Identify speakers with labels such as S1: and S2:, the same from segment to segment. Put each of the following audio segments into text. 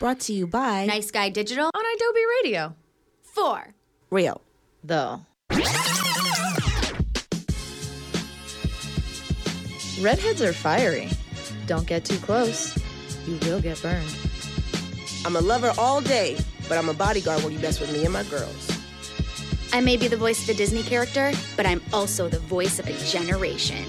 S1: Brought to you by
S2: Nice Guy Digital
S3: on Adobe Radio.
S2: Four.
S1: Real.
S3: Though. Redheads are fiery. Don't get too close. You will get burned.
S4: I'm a lover all day, but I'm a bodyguard when you mess with me and my girls.
S2: I may be the voice of a Disney character, but I'm also the voice of a generation.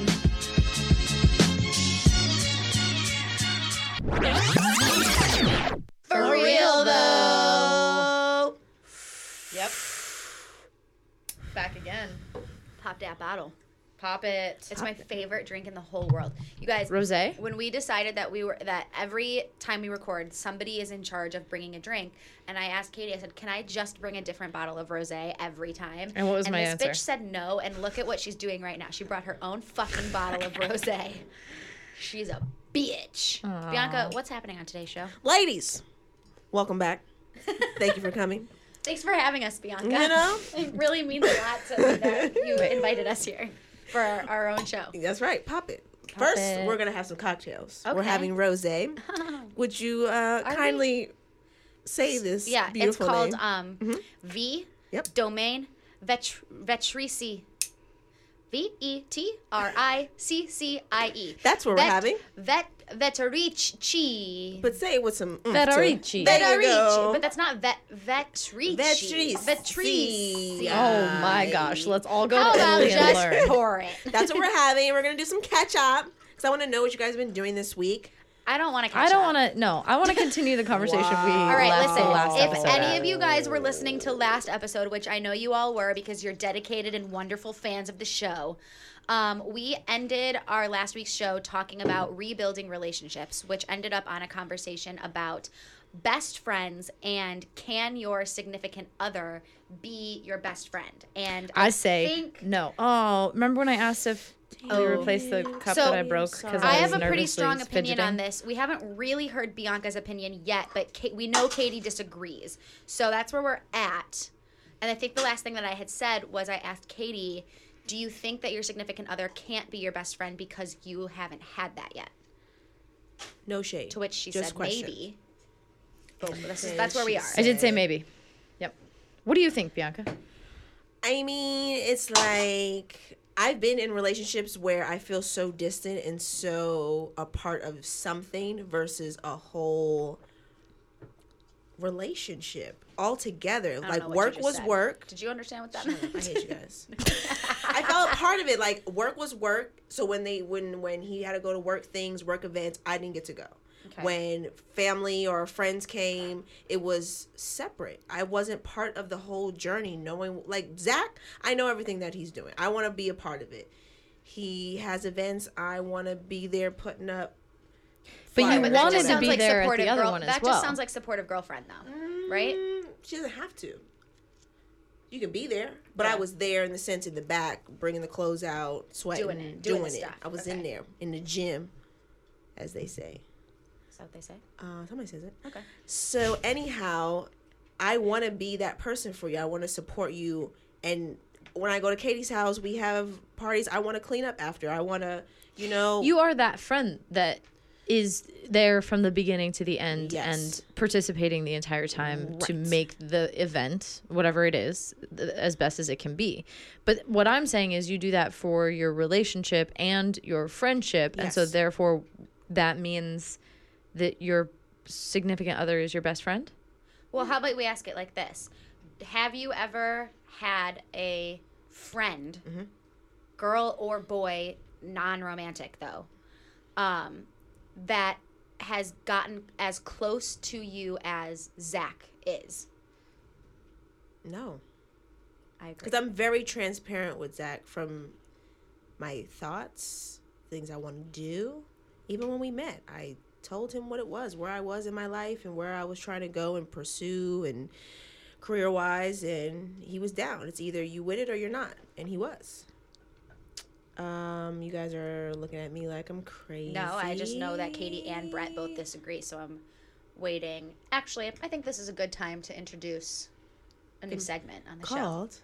S3: For real though. Yep. Back again.
S2: Pop that bottle.
S3: Pop it.
S2: It's my favorite drink in the whole world. You guys,
S3: Rosé?
S2: When we decided that we were that every time we record, somebody is in charge of bringing a drink, and I asked Katie, I said, "Can I just bring a different bottle of rosé every time?"
S3: And what was
S2: and
S3: my
S2: this
S3: answer?
S2: bitch said no, and look at what she's doing right now. She brought her own fucking bottle of rosé. She's a bitch. Bianca, what's happening on today's show?
S4: Ladies, welcome back. Thank you for coming.
S2: Thanks for having us, Bianca.
S4: You know?
S2: it really means a lot to me that you invited us here for our, our own show.
S4: That's right, pop it. First,
S3: it.
S4: we're gonna have some cocktails. We're
S2: Okay.
S4: having rosé. Would you uh,
S2: we-
S4: kindly say this?
S2: Yeah, it's
S4: beautiful
S2: called
S4: name?
S2: um, V
S4: Yep.
S2: Domain Vetr- Vetrici. V E T R I C C I E.
S4: That's what we're having.
S2: Vet Vetrici.
S4: But say it with some. oomph to it.
S3: Federici.
S4: There you go.
S2: But that's not vet Vetrici.
S4: Vetrici.
S2: Vetrici.
S3: Oh my gosh. Let's all go
S2: How
S3: to
S2: about
S3: Italy and
S2: just
S3: learn.
S2: pour it?
S4: That's what we're having. We're gonna do some catch up because I want to know what you guys have been doing this week.
S2: I don't want to.
S3: I don't want to. No, I want to continue the conversation we
S2: All right,
S3: left
S2: listen.
S3: the last
S2: if
S3: episode
S2: any
S3: at.
S2: of you guys were listening to last episode, which I know you all were because you're dedicated and wonderful fans of the show, um, we ended our last week's show talking about rebuilding relationships, which ended up on a conversation about best friends and can your significant other be your best friend? And
S3: I say
S2: think- Oh.
S3: no. Oh, remember when I asked if we replaced the cup
S2: So,
S3: that I broke because
S2: I
S3: I,
S2: have a
S3: was
S2: pretty
S3: nervously
S2: strong opinion on
S3: fidgeting?
S2: this. We haven't really heard Bianca's opinion yet, but Ka- we know Katie disagrees. So that's where we're at. And I think the last thing that I had said was I asked Katie, do you think that your significant other can't be your best friend because you haven't had that yet?
S4: No shade.
S2: To which she
S4: Just
S2: said,
S4: question.
S2: maybe. But this is, that's where we
S4: she
S2: are.
S4: said.
S3: I did say maybe. Yep. What do you think, Bianca?
S4: I mean, it's like I've been in relationships where I feel so distant and so a part of something versus a whole relationship altogether.
S2: I don't
S4: Like
S2: know what you
S4: work
S2: just
S4: was
S2: said.
S4: work.
S2: Did you understand what that meant?
S4: I hate you guys. I felt part of it. Like work was work. So when they when when he had to go to work things, work events, I didn't get to go.
S2: Okay.
S4: When family or friends came, it was separate. I wasn't part of the whole journey. Knowing like Zach, I know everything that he's doing. I want to be a part of it. He has events. I want to be there putting up.
S3: But you
S4: But that
S3: wanted
S4: just
S3: to
S4: sounds
S3: be there at the other
S2: girl-
S3: one as
S2: That
S3: well.
S2: just sounds like supportive girlfriend, though, right?
S4: Mm, She doesn't have to. You can be there, but I
S2: Yeah.
S4: was there in the sense in the back, bringing the clothes out, sweating,
S2: Doing
S4: doing
S2: it,
S4: it,
S2: doing the stuff.
S4: I was in
S2: Okay.
S4: there in the gym, as they say.
S2: Is that what they say?
S4: Uh, somebody says it.
S2: Okay.
S4: So anyhow, I want to be that person for you. I want to support you. And when I go to Katie's house, we have parties. I want to clean up after. I want to, you know,
S3: you are that friend that is there from the beginning to the end
S4: Yes.
S3: and participating the entire time to make the event whatever it is th- as best as it can be but what i'm saying is you do that for your relationship and your friendship and so
S4: Yes.
S3: therefore that means that your significant other is your best friend
S2: Well, how about we ask it like this? Have you ever had a friend, girl or boy, non-romantic though, um, that has gotten as close to you as Zach is?
S4: no.
S2: I agree.
S4: because I'm very transparent with Zach from my thoughts, things I want to do. Even when we met, I told him what it was, where I was in my life, and where I was trying to go and pursue and career wise. And he was down. It's either you with it or you're not, and he was. Um, you guys are looking at me like I'm crazy.
S2: No, I just know that Katie and Brett both disagree, so I'm waiting. Actually, I think this is a good time to introduce a new segment on the show.
S4: called.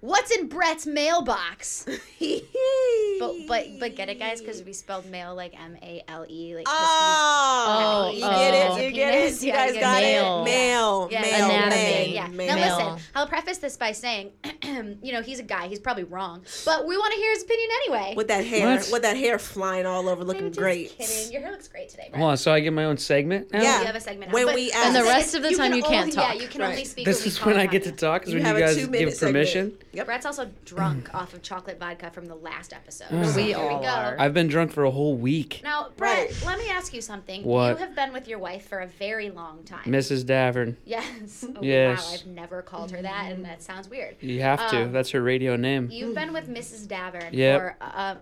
S2: What's in Brett's mailbox? But but but get it, guys, because we spelled male like M A L E like. 'cause he's-
S4: Oh,
S3: Oh,
S4: you get
S3: oh.
S4: it, you get it.
S2: Penis,
S4: You
S2: yeah,
S4: guys
S2: you
S4: got
S3: get it. Male.
S4: it. Male,
S2: Yeah,
S4: male,
S3: Anatomy.
S4: male,
S2: E, yeah.
S4: male.
S2: Now
S3: male.
S2: listen, I'll preface this by saying, you know, he's a guy. He's probably wrong, but we want to hear his opinion anyway.
S4: with that hair,
S3: What?
S4: with that hair flying all over,
S2: I'm
S4: looking
S2: just
S4: great.
S2: Kidding. Your hair looks great today. Brad.
S1: Hold on, so I get my own segment now?
S4: Yeah.
S2: You have a segment. out.
S4: When
S2: But-
S4: we
S2: but
S4: ask-
S3: And the rest of the time
S2: can
S3: you can't
S2: only- Yeah,
S3: talk.
S2: you can only
S4: Right.
S2: speak.
S1: This
S2: we
S1: is when
S2: call
S1: I
S2: upon
S1: get to
S2: you.
S1: talk, is
S4: You
S1: when you
S4: have a
S1: guys
S4: two-minute
S1: give permission.
S4: segment. Yep.
S2: Brett's also drunk
S1: Mm.
S2: off of chocolate vodka from the last episode. So
S3: We
S2: here
S3: all
S2: go.
S3: are.
S1: I've been drunk for a whole week.
S2: Now, Brett,
S4: Right.
S2: let me ask you something.
S1: What?
S2: You have been with your wife for a very long time.
S1: Mrs. Davern,
S2: yes. Oh, Wow,
S1: Yes. Mm-hmm.
S2: I've never called her that, and that sounds weird.
S1: you have to.
S2: Um,
S1: That's her radio name.
S2: You've been with Mrs. Davern
S1: Yep.
S2: for, um,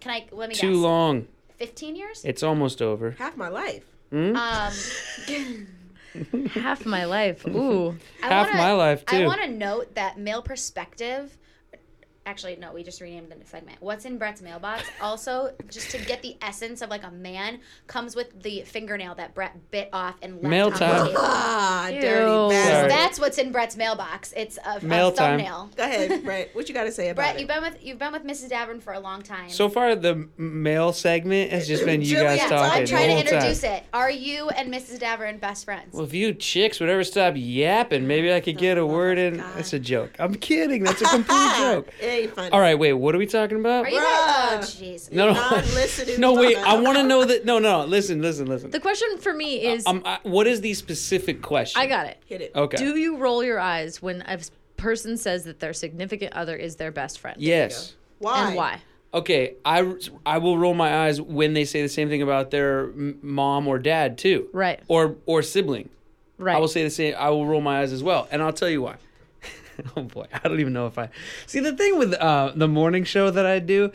S2: can I, let me
S1: Too
S2: guess.
S1: long.
S2: 15 years?
S1: It's almost over.
S4: Half my life.
S1: Mm-hmm.
S2: um,
S3: Half my life. Ooh.
S2: I
S1: Half
S2: wanna-
S1: my life,
S2: I
S1: too.
S2: want to note that male perspective. Actually, no, we just renamed the segment. What's in Brett's mailbox? Also, just to get the essence of like a man comes with the fingernail that Brett bit off and left
S1: Mail
S2: on the
S1: time.
S2: table.
S4: Ah,
S3: Ew.
S4: dirty bastard.
S1: Sorry.
S2: That's what's in Brett's mailbox. It's a,
S1: Mail
S2: a
S1: time.
S2: thumbnail.
S4: Go ahead, Brett. What you got to say about
S2: Brett,
S4: it?
S2: you've been with you've been with Mrs. Davern for a long time.
S1: So far, the m- male segment has just been you
S4: Julia,
S1: guys
S2: yeah,
S1: talking.
S2: I'm trying to
S1: the whole
S2: introduce
S1: time.
S2: it. Are you and Mrs. Davern best friends?
S1: Well, if you chicks would ever stop yapping, maybe I could get a word in. That's a joke. I'm kidding. That's a complete joke.
S4: It ain't funny.
S1: All right, wait. What are we talking about?
S2: Are you guys? Oh, jeez.
S1: no, no,
S4: Non-listening
S1: no. Wait, I
S4: woman.
S1: want to know that. No, no. Listen, listen, listen.
S3: The question for me
S4: Uh,
S3: is
S1: um, I, what is the specific question?
S3: I got it.
S4: Hit it.
S1: Okay.
S3: Do you roll your eyes when a s- person says that their significant other is their best friend?
S1: yes.
S4: Why?
S3: And why?
S1: Okay. I I will roll my eyes when they say the same thing about their m- mom or dad too.
S3: Right.
S1: Or or sibling.
S3: Right.
S1: I will say the same. I will roll my eyes as well, and I'll tell you why. oh boy, I don't even know if I see the thing with uh, the morning show that I do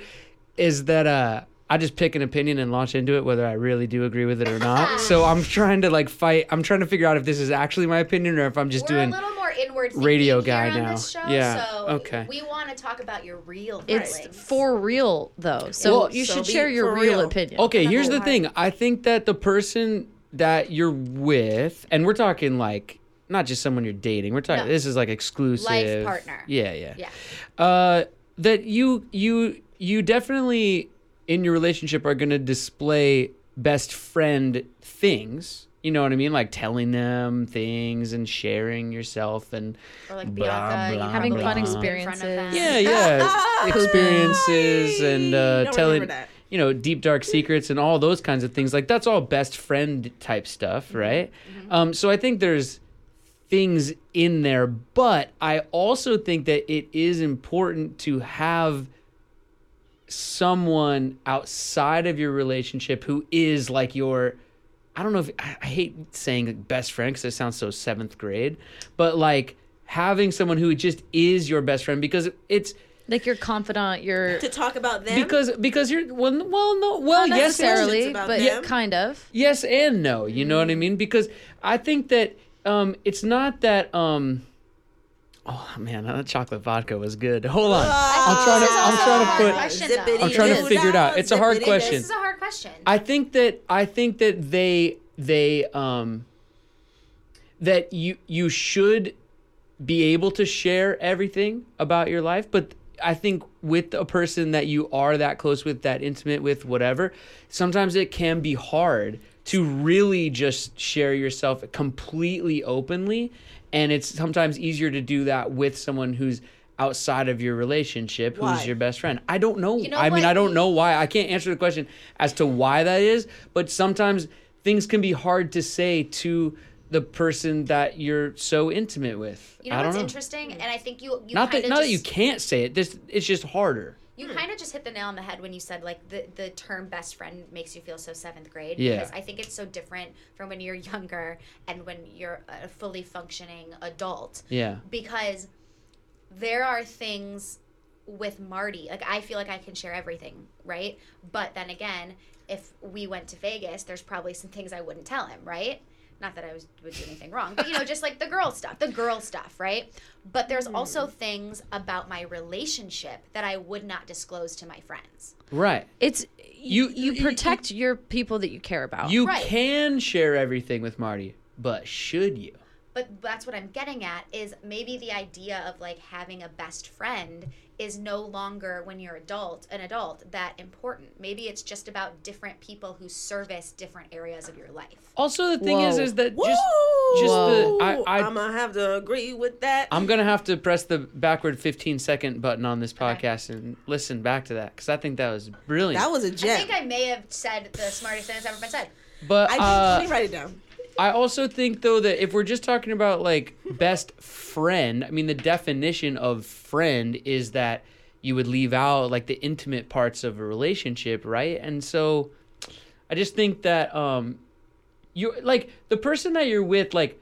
S1: is that uh, I just pick an opinion and launch into it, whether I really do agree with it or not. so I'm trying to like fight. I'm trying to figure out if this is actually my opinion or if I'm just
S2: We're
S1: doing.
S2: a little more inward thinking
S1: radio
S2: here
S1: guy
S2: on
S1: now.
S2: This show,
S1: Yeah,
S2: So
S1: okay.
S2: We want to talk about your real.
S3: It's
S2: feelings.
S3: for real though. So
S4: Well,
S3: you
S4: so
S3: should
S4: be-
S3: share your
S4: for
S3: real
S4: real.
S3: opinion.
S1: Okay, here's
S4: whole
S1: the thing. I think that the person that you're with, and we're talking like not just someone you're dating. We're talking
S2: No.
S1: this is like exclusive
S2: partner.
S1: Yeah, yeah,
S2: Yeah.
S1: Uh, that you you you definitely in your relationship are going to display best friend things. You know what I mean? Like telling them things and sharing yourself and
S2: Or like
S1: Blah,
S2: Bianca,
S1: blah,
S2: having
S1: blah.
S2: fun
S1: Fun
S2: experiences. In front of
S3: experiences.
S2: them.
S1: yeah, yeah, experiences and
S4: Don't
S1: uh,
S4: remember
S1: telling
S4: that.
S1: you know deep dark secrets and all those kinds of things. Like that's all best friend type
S4: Mm-hmm.
S1: stuff, right? Um, so I think there's things in there, but I also think that it is important to have someone outside of your relationship who is like your I don't know if I I hate saying like best friend because it sounds so seventh grade, but like having someone who just is your best friend because it's
S3: Like your confidant, your
S4: To talk about them.
S1: because because you're well well no well
S3: not
S1: yes and-
S3: necessarily,
S4: about
S3: but
S4: them.
S3: kind of.
S1: yes and no you know
S2: Mm.
S1: what i mean because i think that um it's not that um oh man that chocolate vodka was good hold on
S4: Ah,
S1: i'm trying to
S2: This is
S1: i'm
S2: also a hard
S1: trying to put
S2: question,
S4: Zip
S2: though.
S4: it
S1: I'm trying to
S4: in.
S1: figure it out. It's a hard
S4: Zip it in.
S1: question.
S2: This is a hard question.
S1: i think that i think that they they um that you you should be able to share everything about your life but i think with a person that you are that close with that intimate with whatever sometimes it can be hard to really just share yourself completely openly and it's sometimes easier to do that with someone who's outside of your relationship who's
S4: Why?
S1: your best friend i don't know,
S2: know
S1: i mean
S2: what?
S1: i don't know why i can't answer the question as to why that is but sometimes things can be hard to say to the person that you're so intimate with
S2: You know
S1: i don't
S2: what's
S1: know
S2: interesting, and I think you you
S1: not
S2: kind
S1: that
S2: of
S1: not that you
S2: just
S1: can't say it. This it's just harder.
S2: you kind of just hit the nail on the head when you said like the the term best friend makes you feel so seventh grade.
S1: Yeah.
S2: Because I think it's so different from when you're younger and when you're a fully functioning adult.
S1: Yeah.
S2: because there are things with Marty. Like I feel like I can share everything, right? But then again, if we went to Vegas, there's probably some things I wouldn't tell him, right? Not that I was would do anything wrong, but you know, just like the girl stuff, the girl stuff, right? But there's also things about my relationship that I would not disclose to my friends.
S1: Right.
S3: It's you.
S1: You-
S3: You protect your people that you care about.
S1: You
S2: Right.
S1: can share everything with Marty, but should you?
S2: But that's what I'm getting at is maybe the idea of like having a best friend is no longer when you're adult an adult that important. Maybe it's just about different people who service different areas of your life.
S1: Also, the thing is,
S3: Whoa.
S1: is that
S4: Woo!
S1: just just the I, I
S4: am gonna have to agree with that.
S1: I'm gonna have to press the backward 15 second button on this podcast and listen back to that because I think that was brilliant.
S4: that was a
S2: I
S4: gem.
S2: think I may have said the smartest thing that's ever been said.
S1: but
S4: I,
S1: uh,
S4: let me write it down.
S1: I also think though that if we're just talking about like best friend, I mean the definition of friend is that you would leave out like the intimate parts of a relationship, right? And so I just think that um you like the person that you're with like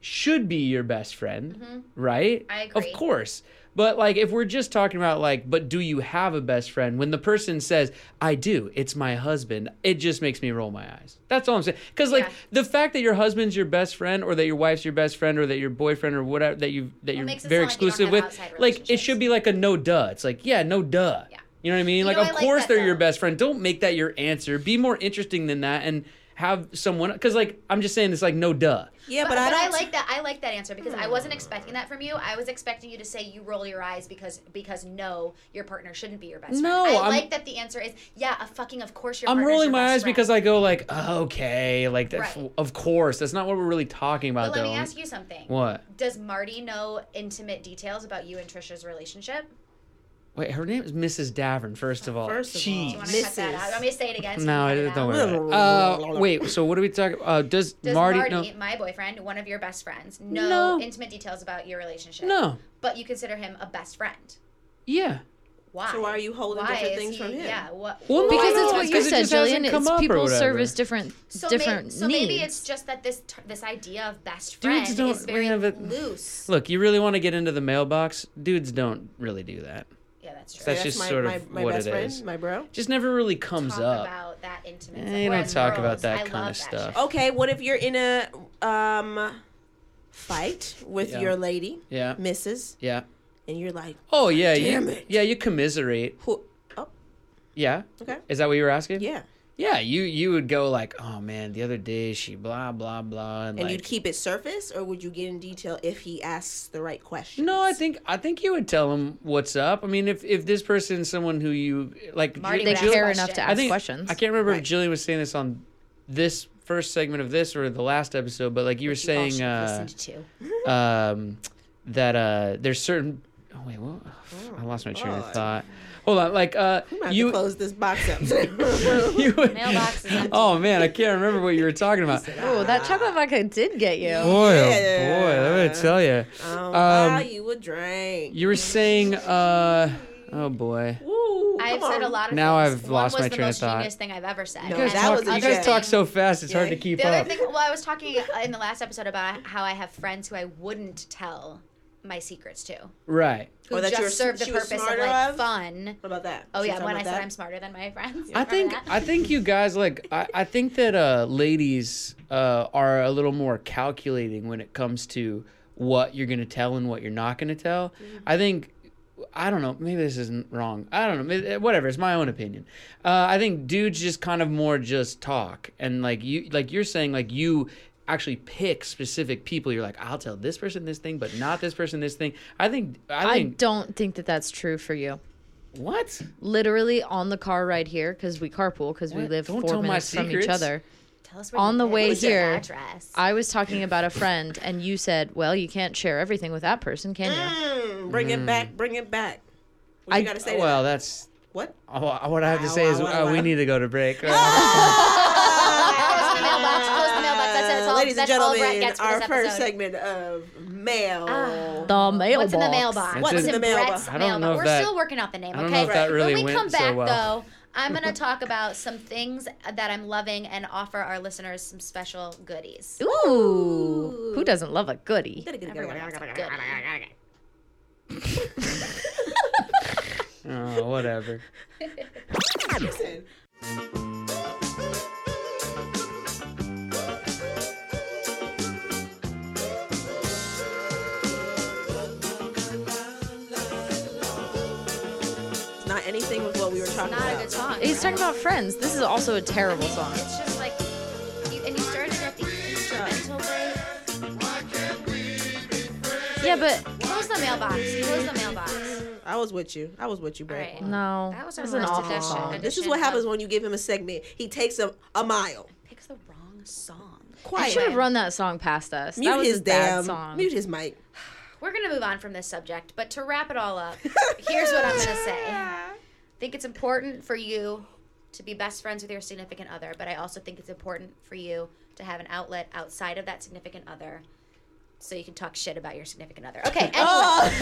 S1: should be your best friend, right?
S2: Mm-hmm. I
S1: Of
S2: agree.
S1: course. But like if we're just talking about like but do you have a best friend when the person says I do, it's my husband, it just makes me roll my eyes. That's all I'm saying. Cuz like
S2: Yeah.
S1: the fact that your husband's your best friend or that your wife's your best friend or that your boyfriend or whatever that you that you're
S2: makes it
S1: very
S2: sound like you don't have
S1: exclusive with
S2: outside
S1: like it
S2: relationships.
S1: should be like a no duh. It's like, yeah, no duh.
S2: Yeah.
S1: You know what I mean?
S2: You
S1: like
S2: know,
S1: of
S2: I like
S1: course
S2: that,
S1: they're your
S2: though.
S1: best friend. Don't make that your answer. Be more interesting than that and have someone cuz like I'm just saying it's like no duh.
S4: Yeah, but,
S2: but,
S4: I don't.
S2: like that. I like that answer because I
S1: Hmm.
S2: wasn't expecting that from you. I was expecting you to say you roll your eyes because because no, your partner shouldn't be your best friend.
S1: No,
S2: I
S1: I'm-
S2: like that the answer is yeah. A fucking of course your.
S1: I'm
S2: partner's
S1: rolling
S2: your
S1: my
S2: best
S1: eyes
S2: friend.
S1: because I go like, "Oh, okay, like that's
S2: Right.
S1: of course. That's not what we're really talking about
S2: But let
S1: though.
S2: me ask you something.
S1: what?
S2: Does Marty know intimate details about you and Trisha's relationship?
S1: Wait, her name is Mrs. Davern. First of all,
S4: First of all,
S1: jeez.
S2: Do you want to cut that
S4: Mrs.
S2: out? Want me to say it again? so
S1: no, I
S2: you
S1: didn't.
S2: can cut
S1: Don't
S2: it out?
S1: worry. About it. Uh, wait. So what are we talking? Uh, does,
S2: Does
S1: Marty?
S2: Marty,
S1: no,
S2: my boyfriend, one of your best friends, know
S1: No.
S2: intimate details about your relationship?
S1: no.
S2: But you consider him a best friend.
S1: Yeah.
S2: Why?
S4: So why are you holding
S2: Why
S4: different
S2: is
S4: things
S2: he-
S4: from him?
S2: Yeah. What?
S1: Well, no,
S2: why
S3: because
S2: is he-
S3: it's
S1: know,
S3: what
S1: it's
S3: you
S1: 'cause it
S3: said,
S1: just hasn't
S3: Jillian.
S1: come
S3: It's
S1: up or
S3: people
S1: whatever.
S3: service different
S2: So
S3: different
S2: maybe, so
S3: needs.
S2: maybe it's just that this ter- this idea of best friend
S1: Dudes don't
S2: is very
S1: bring up it-
S2: loose.
S1: Look, you really want to get into the mailbox? Dudes don't really do that.
S2: Yeah, that's true.
S1: That's just sort of what
S4: best
S1: it
S4: friend,
S1: is.
S4: My bro.
S1: Just never really comes
S2: talk
S1: up.
S2: about that intimate.
S1: Eh,
S2: stuff.
S1: you don't
S2: Whereas
S1: talk about
S2: girls,
S1: that
S2: I
S1: kinda
S2: love that
S1: stuff.
S2: shit.
S4: Okay, what if you're in a um fight with
S1: Yeah.
S4: your lady,
S1: yeah.
S4: Mrs.
S1: Yeah.
S4: And you're like,
S1: Oh yeah.
S4: Damn
S1: you,
S4: it.
S1: Yeah, you commiserate.
S4: who? Oh,
S1: Yeah.
S4: okay,
S1: Is that what you were asking?
S4: yeah.
S1: Yeah, you you would go like, oh man, the other day she blah blah blah, and,
S4: And
S1: like,
S4: you'd keep it surface, or would you get in detail if he asks the right question?
S1: no, I think I think you would tell him what's up. I mean, if if this person's someone who you like,
S2: Marty
S3: they
S2: Ask
S3: care
S2: questions.
S3: enough to
S2: I
S3: ask
S1: I think
S3: questions.
S1: I can't remember
S4: Right.
S1: if Jillian was saying this on this first segment of this or the last episode, but like you were saying, uh,
S2: to.
S1: um, that uh, there's certain. Oh wait, what? I lost my train
S4: God.
S1: of thought. Hold on, like uh,
S4: I'm gonna have
S1: you
S4: to close this box up.
S1: you would-
S2: Mailbox is empty.
S1: Oh man, I can't remember what you were talking about.
S2: Ah.
S3: oh, that chocolate vodka did get you.
S1: Boy,
S4: Yeah.
S1: oh boy, let me tell you.
S4: um,
S1: Um,
S4: buy you a drink.
S1: You were saying, uh, oh boy.
S4: Woo,
S2: I've
S4: come
S2: said a
S4: on.
S2: lot of
S1: Now
S2: things.
S1: I've
S2: One
S1: lost
S2: was
S1: my
S2: the
S1: train of
S2: most
S1: thought.
S2: Genius thing I've ever said.
S4: You
S1: You
S4: guys
S1: guys,
S2: And
S4: that
S1: talk,
S2: the
S4: was a
S1: you
S2: other
S1: guys talk
S2: thing-
S1: so fast, it's hard to
S4: Yeah.
S1: keep
S2: The
S1: up.
S2: other thing, well, I was talking in the last episode about how I have friends who I wouldn't tell my secrets to,
S1: right.
S2: who
S4: Or Oh, that you
S2: just
S4: were-
S2: serve the
S4: she was
S2: purpose of
S4: smarter
S2: like
S4: of?
S2: fun.
S4: What about that?
S2: Oh
S4: Should we
S2: yeah,
S4: talk
S2: when I
S4: about
S2: said
S4: that?
S2: I'm smarter than my friends.
S1: I
S2: Remember
S1: think
S2: that?
S1: I think you guys like I, I think that uh, ladies uh, are a little more calculating when it comes to what you're gonna tell and what you're not gonna tell.
S4: Mm-hmm.
S1: I think I don't know. Maybe this isn't wrong. I don't know. may- Whatever. It's my own opinion. Uh, I think dudes just kind of more just talk and like you like you're saying like you actually pick specific people. You're like I'll tell this person this thing, but not this person this thing. I think I
S3: I
S1: think
S3: don't think that that's true for you.
S1: what
S3: Literally on the car ride here because we carpool because we
S1: What?
S3: live
S1: Don't
S3: four
S1: tell my
S3: minutes from each
S1: secrets.
S3: other.
S2: Tell us where
S3: on
S2: you
S3: the
S2: live.
S3: way
S2: What's your
S3: here,
S2: address?
S3: I was talking about a friend and you said, "Well, you can't share everything with that person, can you?"
S4: Mm, bring it back. Bring it back. What
S3: I-
S4: you gotta say? to that?
S1: well that's
S4: what?
S1: Oh, what I have to
S4: Wow,
S1: say is
S4: wow, wow,
S1: uh, we
S4: wow.
S1: need to go to break. Oh,
S2: Close the mailbox. Close the mailbox. That's it. That's all.
S4: Ladies and
S2: that's all Brett
S4: gentlemen,
S2: gets for
S4: our
S2: this
S4: first
S2: episode. Ah.
S4: segment of mail.
S3: The mailbox.
S2: What's in the mailbox?
S1: That's
S2: What's
S1: it.
S2: in Brett's
S4: I
S2: mailbox?
S1: don't know if
S2: We're
S1: that-
S2: still working out the name.
S1: I don't
S2: okay.
S1: know if that really
S2: when we
S1: went
S2: come
S1: so
S2: back,
S1: well.
S2: though, I'm gonna talk about some things that I'm loving and offer our listeners some special goodies.
S3: Ooh, who doesn't love a goodie?
S2: Everyone loves a goodie.
S1: oh, whatever.
S4: Listen. Not anything with what we were talking
S2: Not a
S4: about.
S2: good song.
S3: He's talking about friends. This is also a
S2: I mean,
S3: terrible song.
S2: It's just like, you, and you started at the instrumental break.
S3: Yeah, but
S2: Close the mailbox. Close the mailbox.
S4: I was with you. I was with you,
S2: All
S4: Brad.
S2: right.
S3: no,
S2: That was our
S3: that's an
S2: last
S3: awful
S2: edition.
S3: song.
S2: Edition
S4: This is what
S2: of-
S4: happens when you give him a segment. He takes a, a mile.
S2: Picks the wrong song.
S3: I
S4: Quiet.
S3: should have run that song past us.
S4: Mute
S3: that was
S4: his
S3: a bad
S4: damn.
S3: song.
S4: Mute his mic.
S2: We're gonna move on from this subject, but to wrap it all up, here's what I'm gonna say. I think it's important for you to be best friends with your significant other, but I also think it's important for you to have an outlet outside of that significant other, so you can talk shit about your significant other. Okay. Anyway,
S4: Oh.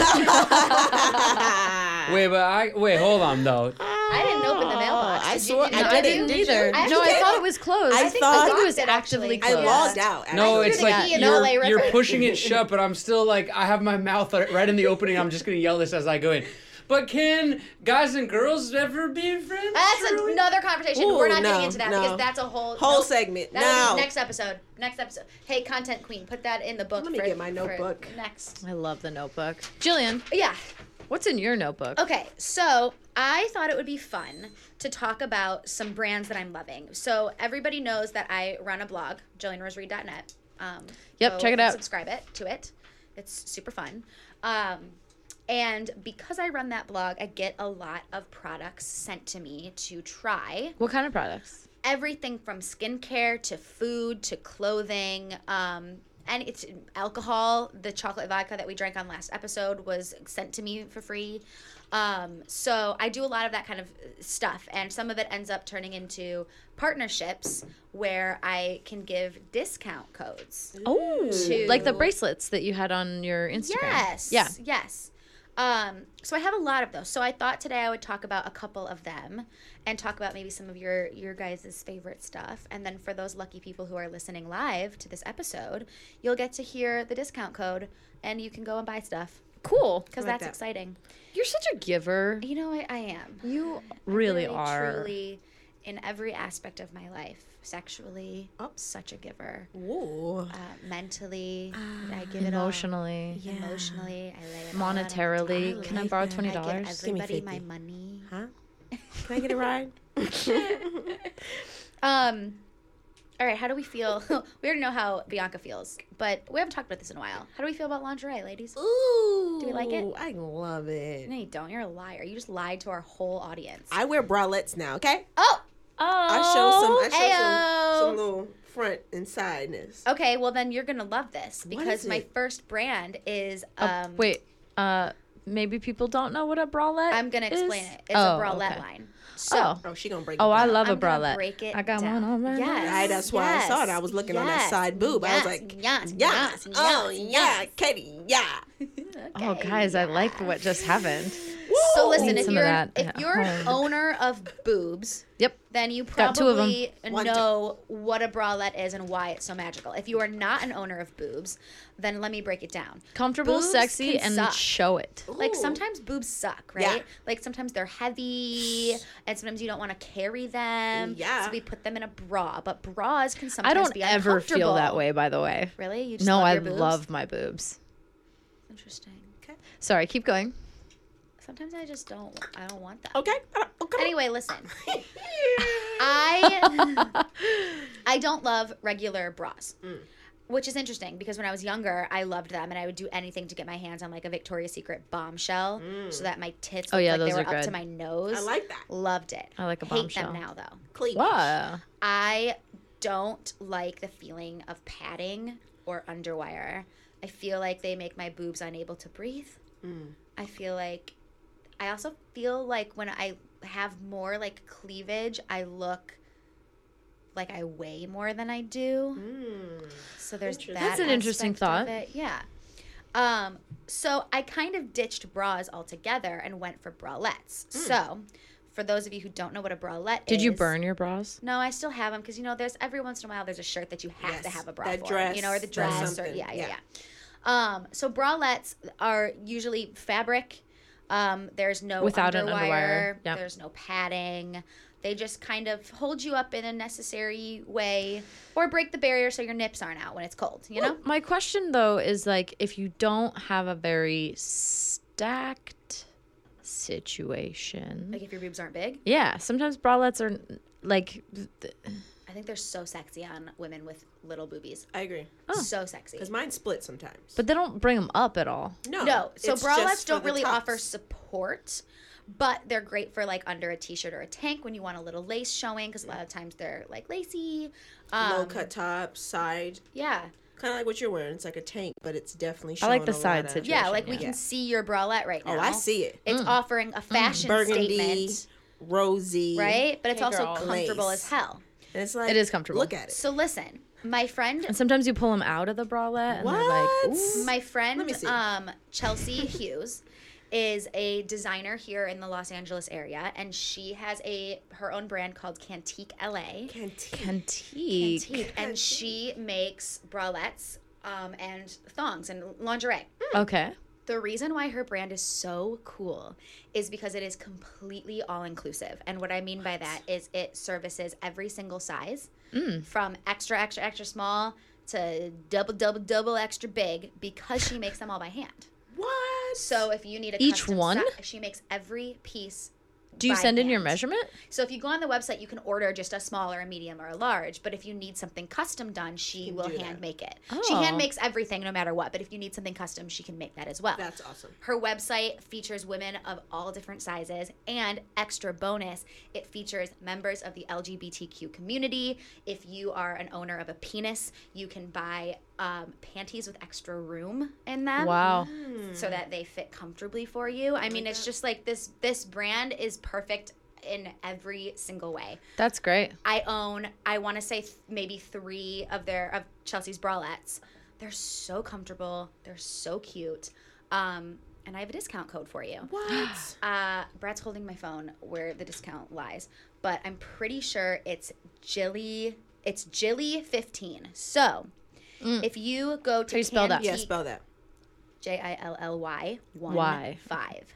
S1: Wait, but I wait. Hold on though.
S2: I didn't open the mailbox.
S4: I
S2: Did you-
S4: swear-
S2: did
S4: I
S2: you-
S3: I
S2: did you?
S3: didn't
S2: Did you?
S3: either. no, I
S2: actually-
S3: thought it was closed.
S4: I thought-
S3: I think it was
S2: I
S3: actively
S2: actually-
S3: closed.
S4: I logged out. Actually.
S1: No,
S2: threw
S1: it's
S2: the
S1: like
S2: key in
S1: you're,
S2: LA River.
S1: you're pushing it shut, but I'm still like I have my mouth right in the opening. I'm just gonna yell this as I go in. But can guys and girls ever be friends?
S2: That's
S1: truly?
S2: another conversation.
S4: Ooh,
S2: We're not
S4: no,
S2: getting into that
S4: no.
S2: because that's a whole
S4: Whole
S2: nope.
S4: segment.
S2: That'll
S4: No.
S2: be next episode. Next episode. Hey, content queen, put that in the book.
S4: Let me
S2: for-
S4: get my
S2: for
S4: notebook.
S2: next.
S3: I love the notebook. Jillian,
S2: Yeah.
S3: what's in your notebook?
S2: Okay. So I thought it would be fun to talk about some brands that I'm loving. So everybody knows that I run a blog, JillianRoseReed.net. Um,
S3: Yep,
S2: go
S3: check it out.
S2: Subscribe it to it. It's super fun. Um, and because I run that blog, I get a lot of products sent to me to try.
S3: What kind of products?
S2: everything from skincare to food to clothing. Um, and it's alcohol. The chocolate vodka that we drank on last episode was sent to me for free. Um, so I do a lot of that kind of stuff, and some of it ends up turning into partnerships where I can give discount codes.
S3: Oh,
S2: To-
S3: like the bracelets that you had on your Instagram.
S2: Yes.
S3: Yeah.
S2: Yes. Um, so I have a lot of those. So I thought today I would talk about a couple of them and talk about maybe some of your your guys' favorite stuff. And then for those lucky people who are listening live to this episode, you'll get to hear the discount code and you can go and buy stuff.
S3: Cool.
S2: Because
S4: like
S2: that's
S4: that.
S2: exciting.
S3: You're such a giver.
S2: You know, I, I am.
S3: You really, are.
S2: Truly in every aspect of my life. Sexually, such a giver.
S4: Ooh.
S2: Uh, mentally, I give
S3: um,
S2: it all.
S3: Ah. Emotionally,
S2: Emotionally, I lay it all out on
S3: monetarily.
S4: I
S3: Can I
S4: like
S3: borrow
S4: that. I
S3: twenty
S2: I give
S3: dollars?
S4: Give me
S2: everybody my
S4: 50.
S2: money.
S4: Huh? Can I get a ride?
S2: Um, all right. How do we feel? we already know how Bianca feels, but we haven't talked about this in a while. How do we feel about lingerie, ladies?
S4: Ooh.
S2: Do we like it?
S4: I love it.
S2: No, you don't. You're a liar. You just lied to our whole audience.
S4: I wear bralettes now, okay?
S2: oh,
S4: I show some I
S2: ayo. Oh.
S4: show some, some little front and sideness.
S2: okay. Well, then you're gonna love this because
S4: is
S2: my
S4: it?
S2: first brand is
S3: Oh,
S2: um.
S3: wait. Uh, maybe people don't know what a bralette.
S2: I'm gonna explain
S3: is.
S2: it. It's
S3: Oh,
S2: a bralette
S3: okay.
S2: line. So.
S3: Oh.
S4: Oh, she gonna break
S3: Oh,
S4: it
S3: I
S4: down.
S3: love
S2: I'm
S3: a
S2: gonna
S3: bralette.
S2: break it
S3: I got
S2: down.
S3: one on right now.
S2: Yes,
S4: Right, that's why I saw it. I was looking on that
S2: yes,
S4: side boob. I was
S2: yes,
S4: like,
S2: yes,
S4: yeah.
S2: yes,
S4: oh,
S2: yes,
S4: yeah, Katie, yeah.
S3: Oh,
S2: Okay,
S3: guys, I like what just happened.
S2: So
S4: Woo!
S2: listen,
S3: Need
S2: if
S3: some
S2: you're
S3: of that
S2: if
S3: at
S2: you're an
S3: home.
S2: owner of boobs,
S3: Yep.
S2: then you
S3: Got two of 'em.
S2: probably
S4: One, two.
S2: know what a bralette is and why it's so magical. If you are not an owner of boobs, then let me break it down.
S3: Comfortable,
S2: Boobs
S3: sexy,
S2: can
S3: and
S2: suck.
S3: show it.
S2: Like
S4: Ooh.
S2: sometimes boobs suck, right?
S4: Yeah.
S2: Like sometimes they're heavy, and sometimes you don't want to carry them.
S4: Yeah.
S2: So we put them in a bra, but bras can sometimes
S3: I don't
S2: be
S3: ever feel that
S2: uncomfortable.
S3: way. By the way,
S2: Really? You just
S3: no,
S2: love
S3: I
S2: your boobs?
S3: love my boobs.
S2: Interesting.
S4: Okay.
S3: Sorry, keep going.
S2: Sometimes I just don't. I don't want that.
S4: Okay. Uh, okay.
S2: Anyway, listen. I I don't love regular bras.
S4: Mm.
S2: Which is interesting because when I was younger, I loved them and I would do anything to get my hands on like a Victoria's Secret bombshell so that my tits
S3: Oh,
S2: looked
S3: yeah,
S2: like they
S3: those
S2: were
S3: are
S2: up to
S3: good.
S2: my nose.
S4: Mm. I like that.
S2: Loved it.
S3: I like a
S2: Hate
S3: bombshell.
S2: them now though.
S4: Cleat.
S3: Wow.
S2: I don't like the feeling of padding or underwire. I feel like they make my boobs unable to breathe. I feel like I also feel like when I have more like cleavage, I look like I weigh more than I do. So there's that.
S3: That's an interesting
S2: aspect of
S3: thought.
S2: it. Yeah. Um, so I kind of ditched bras altogether and went for bralettes. So, for those of you who don't know what a bralette is,
S3: Did you burn your bras?
S2: no, I still have them because you know, there's every once in a while there's a shirt that you have to
S4: Yes,
S2: have a bra
S4: that
S2: for,
S4: dress,
S2: you know, or the
S4: that
S2: dress, or
S4: something,
S2: yeah, yeah, yeah.
S4: yeah.
S2: Um, so bralettes are usually fabric. Um, there's no
S3: Without an
S2: underwire.
S3: underwire, yep.
S2: There's no padding. They just kind of hold you up in a necessary way, or break the barrier so your nips aren't out when it's cold. You know,
S3: My question though is like if you don't have a very stacked situation.
S2: like if your boobs aren't big.
S3: Yeah, sometimes bralettes are like th-
S2: I I think they're so sexy on women with little boobies.
S4: I agree.
S3: Oh,
S2: So sexy.
S4: Because mine split sometimes.
S3: But they don't bring them up at all.
S4: no,
S2: No, so
S4: Oh, it's just
S2: bralettes
S4: for
S2: don't
S4: the
S2: really
S4: tops.
S2: offer support, but they're great for like under a t-shirt or a tank when you want a little lace showing because a lot of times they're like lacy. Um,
S4: low cut top, side,
S2: Yeah,
S4: kind of like what you're wearing. It's like a tank, but it's definitely.
S3: I like
S4: showing a
S3: the
S4: lot
S3: side
S4: of-
S3: situation.
S2: yeah, like we
S4: Yeah.
S2: can see your bralette right now.
S4: Oh, I see it.
S3: Mm.
S2: It's offering a fashion
S4: Burgundy,
S2: statement,
S4: rosy,
S2: right? But it's
S3: Hey,
S2: also
S3: girl.
S2: comfortable
S4: Lace.
S2: as hell.
S4: And it's like
S3: It is comfortable.
S4: Look at it.
S2: So listen, my friend
S3: And sometimes you pull them out of the bralette and they're
S4: What?
S3: like, ooh.
S2: My friend,
S4: Let me see.
S2: um, Chelsea Hughes, is a designer here in the Los Angeles area, and she has a her own brand called Cantique LA.
S4: Canteen.
S3: Cantique.
S2: Cantique, and she makes bralettes um, and thongs and lingerie.
S3: Okay.
S2: The reason why her brand is so cool is because it is completely all inclusive. And what I mean by that is it services every single size
S3: Mm.
S2: from extra, extra, extra small to double, double, double extra big because she makes them all by hand.
S4: What?
S2: So if you need a
S3: Each
S2: custom
S3: one?
S2: si- she makes every piece.
S3: Do you
S2: by
S3: send in your
S2: hand.
S3: measurement?
S2: So if you go on the website, you can order just a small or a medium or a large. But if you need something custom done, she will
S4: do
S2: hand
S4: that.
S2: make it. She
S3: Oh.
S2: hand makes everything, no matter what. But if you need something custom, she can make that as well.
S4: that's awesome.
S2: Her website features women of all different sizes, and extra bonus, it features members of the LGBTQ community. If you are an owner of a penis, you can buy um, panties with extra room in them.
S3: Wow.
S2: So that they fit comfortably for you. I mean, it's just like this. This brand is perfect in every single way.
S3: That's great.
S2: I own, I want to say th- maybe three of their of Chelsea's bralettes. They're so comfortable. They're so cute. Um, and I have a discount code for you.
S4: What?
S2: Uh, Brad's holding my phone where the discount lies, but I'm pretty sure it's Jilly. It's Jilly fifteen. So, if you go to
S3: Mm. you spell that?
S4: yeah,
S2: Cantique-
S4: spell that.
S2: J I L L Y one
S3: Why?
S2: five.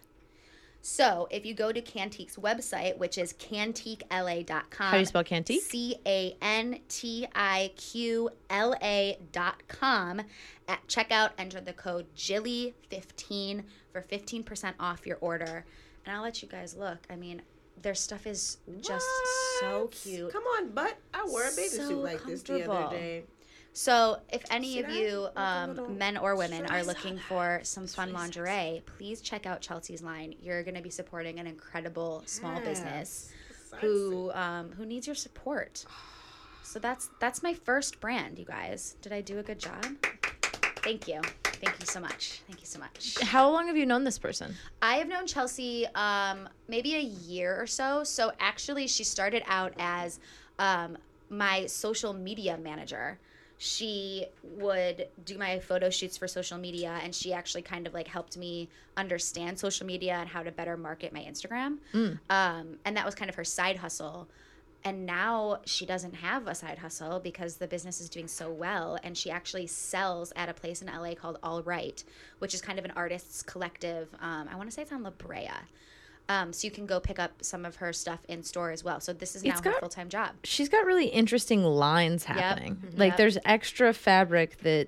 S2: So if you go to Cantique's website, which is cantiquela.com.
S3: How do you spell Cantique?
S2: C A N T I Q L A dot com. At checkout, enter the code Jilly15 for 15% off your order. And I'll let you guys look. I mean, their stuff is just so
S4: What?
S2: cute.
S4: Come on, but I wore a bathing
S2: So
S4: suit like this the other
S2: comfortable.
S4: day.
S2: So, if any
S4: Should
S2: of
S4: I
S2: you,
S4: make a little
S2: um, men or women,
S4: shirt? I
S2: are
S4: saw
S2: looking for some fun lingerie, please check out Chelsea's line. You're going to be supporting an incredible small business
S4: Yes.
S2: who um, who needs your support. So that's that's my first brand, you guys. Did I do a good job? Thank you, thank you so much, thank you so much.
S3: How long have you known this person?
S2: I have known Chelsea um, maybe a year or so. So actually, she started out as um, my social media manager. She would do my photo shoots for social media, and she actually kind of like helped me understand social media and how to better market my Instagram. Um, and that was kind of her side hustle. And now she doesn't have a side hustle because the business is doing so well. And she actually sells at a place in LA called All Right, which is kind of an artist's collective. Um, I want to say it's on La Brea. Um, so you can go pick up some of her stuff in store as well. So this is now
S3: It's
S2: her
S3: got-
S2: full time job.
S3: She's got really interesting lines happening. Like
S2: Yep.
S3: there's extra fabric that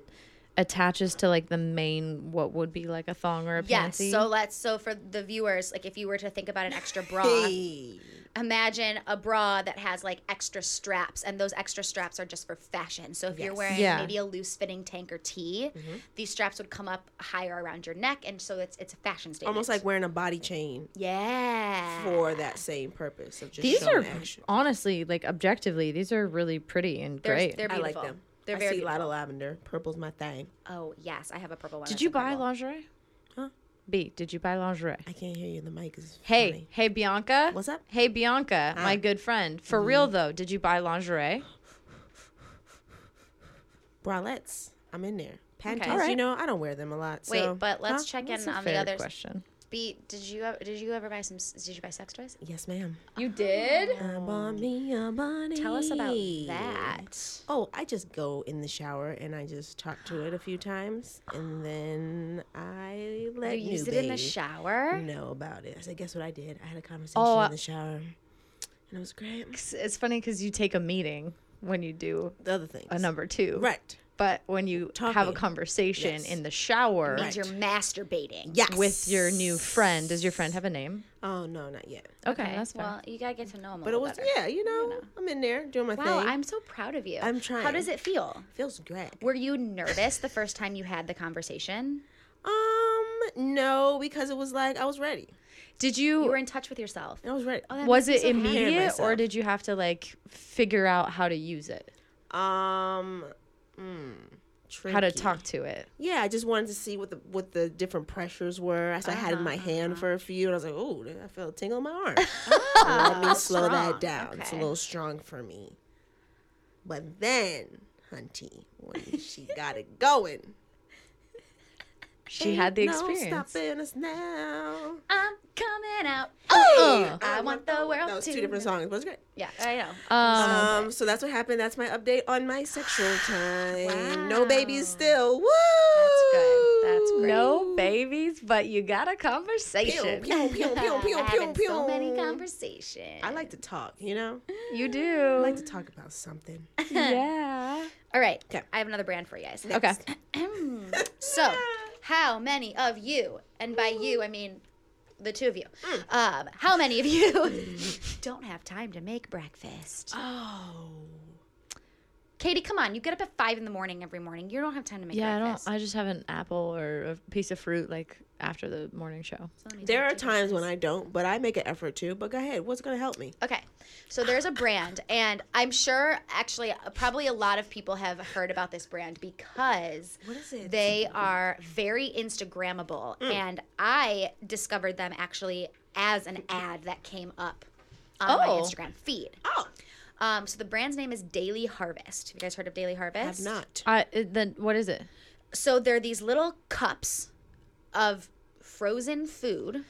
S3: attaches to like the main what would be like a thong or a
S2: Yes.
S3: panty.
S2: So let's. So for the viewers, like if you were to think about an extra bra,
S4: Hey.
S2: imagine a bra that has like extra straps and those extra straps are just for fashion so if you're
S4: Yes. Mm-hmm.
S2: wearing
S3: Yeah.
S2: maybe a loose fitting tank or tee these straps would come up higher around your neck and so it's it's a fashion statement
S4: Almost like wearing a body chain
S2: yeah
S4: for that same purpose of just
S3: these are
S4: showing action.
S3: honestly, like objectively, these are really pretty and
S2: they're,
S3: great.
S2: they're
S4: I like
S2: beautiful
S4: them.
S2: they're
S4: I
S2: very
S4: see a lot
S2: beautiful.
S4: of lavender. Purple's my thing.
S2: oh yes i have a purple one
S3: did
S2: that's
S3: you buy
S2: incredible.
S3: lingerie?
S4: Huh?
S3: B, did you buy lingerie?
S4: I can't hear you. The mic is.
S3: Hey,
S4: funny.
S3: hey Bianca.
S4: What's up?
S3: Hey Bianca, my
S4: Hi.
S3: good friend. For real though, did you buy lingerie?
S4: bralettes. I'm in there. Panties.
S2: All
S4: You
S3: right.
S4: know, I don't on them a lot.
S2: wait
S4: so-
S2: but let's
S4: Huh?
S2: check
S3: That's
S2: in
S3: a
S2: on the
S3: fair
S2: others
S3: question.
S2: beat did you ever did you ever buy some s- did you buy sex toys
S4: Yes, ma'am.
S3: You did?
S4: I bought me a bunny.
S2: Oh. tell us about that
S4: Oh, I just go in the shower and I just talk to it a few times, and then I let
S2: you
S4: new
S2: use it in the
S4: babe
S2: shower
S4: know about it. I said, guess what I did? I had a conversation
S3: Oh,
S4: in the shower, and it was great.
S3: It's funny because you take a meeting when you do
S4: The other things.
S3: a number two.
S4: Right.
S3: But when you have a
S4: Talking.
S3: conversation
S4: Yes.
S3: in the shower
S2: means you're masturbating.
S4: Yes.
S3: with your new friend, does your friend have a name?
S4: Oh no, not yet.
S3: Okay, that's fine.
S2: well, you gotta get to know him.
S4: But
S2: a
S4: it
S2: little
S4: was
S2: better.
S4: yeah, you know, I'm in there doing my
S2: Wow,
S4: thing.
S2: I'm so proud of you.
S4: I'm
S2: How
S4: trying.
S2: does it feel?
S4: Feels good.
S2: Were you nervous the first time you had the conversation?
S4: Um, no, because it was like I was ready.
S3: Did you,
S2: You were in touch with yourself.
S4: I was ready.
S2: Oh, that
S3: was
S2: makes me
S3: it
S2: so happy.
S3: immediate or
S4: myself.
S3: did you have to like figure out how to use it?
S4: Um, mm,
S3: How to
S4: tricky.
S3: talk to it?
S4: Yeah, I just wanted to see what the what the different pressures were. So I had it in my
S2: Uh-huh,
S4: hand for a few, and I was like, "Oh, I felt a tingle in my arm." Let me slow
S2: Ah, strong.
S4: that down. It's a
S2: Okay.
S4: little strong for me. But then, hunty, when she got it going,
S3: She had the
S4: no
S3: experience.
S4: stopping us now.
S2: I'm coming out.
S3: Oh!
S2: I want the world
S4: That was
S2: to
S4: two different
S2: know.
S4: songs, but it's great.
S2: Yeah, I know.
S3: Um,
S4: Um, so that's what happened. That's my update on my sexual time. No
S2: Wow.
S4: babies still. Woo!
S2: That's good. That's great.
S3: no babies, but you got a conversation.
S4: Pew, pew, pew, pew, pew,
S2: I'm having
S4: pew.
S2: so many conversations.
S4: I like to talk, you know?
S3: You
S4: I
S3: do.
S4: like to talk about something.
S3: yeah.
S2: All right.
S4: 'Kay.
S2: I have another brand for you guys.
S3: Okay.
S2: So, how many of you, and by you, I mean the two of you,
S4: Mm.
S2: um, how many of you don't have time to make breakfast?
S4: Oh.
S2: Katie, come on. You get up at five in the morning every morning. You don't have time to make
S3: Yeah, I don't.
S2: breakfast.
S3: I just have an apple or a piece of fruit like after the morning show.
S2: So let me
S4: There
S2: talk
S4: are
S2: to you.
S4: times when I don't, but I make an effort to. But go ahead. What's going to help me?
S2: Okay. So there's a brand, and I'm sure actually uh, probably a lot of people have heard about this brand because
S4: What is it? Hmm.
S2: they are very Instagrammable. And I discovered them actually as an ad that came up on my
S3: Oh.
S2: Instagram feed.
S4: Oh.
S2: Um, so the brand's name is Daily Harvest. Have you guys heard of Daily Harvest?
S4: Have not.
S3: I it- then what is it?
S2: So they're these little cups of frozen food.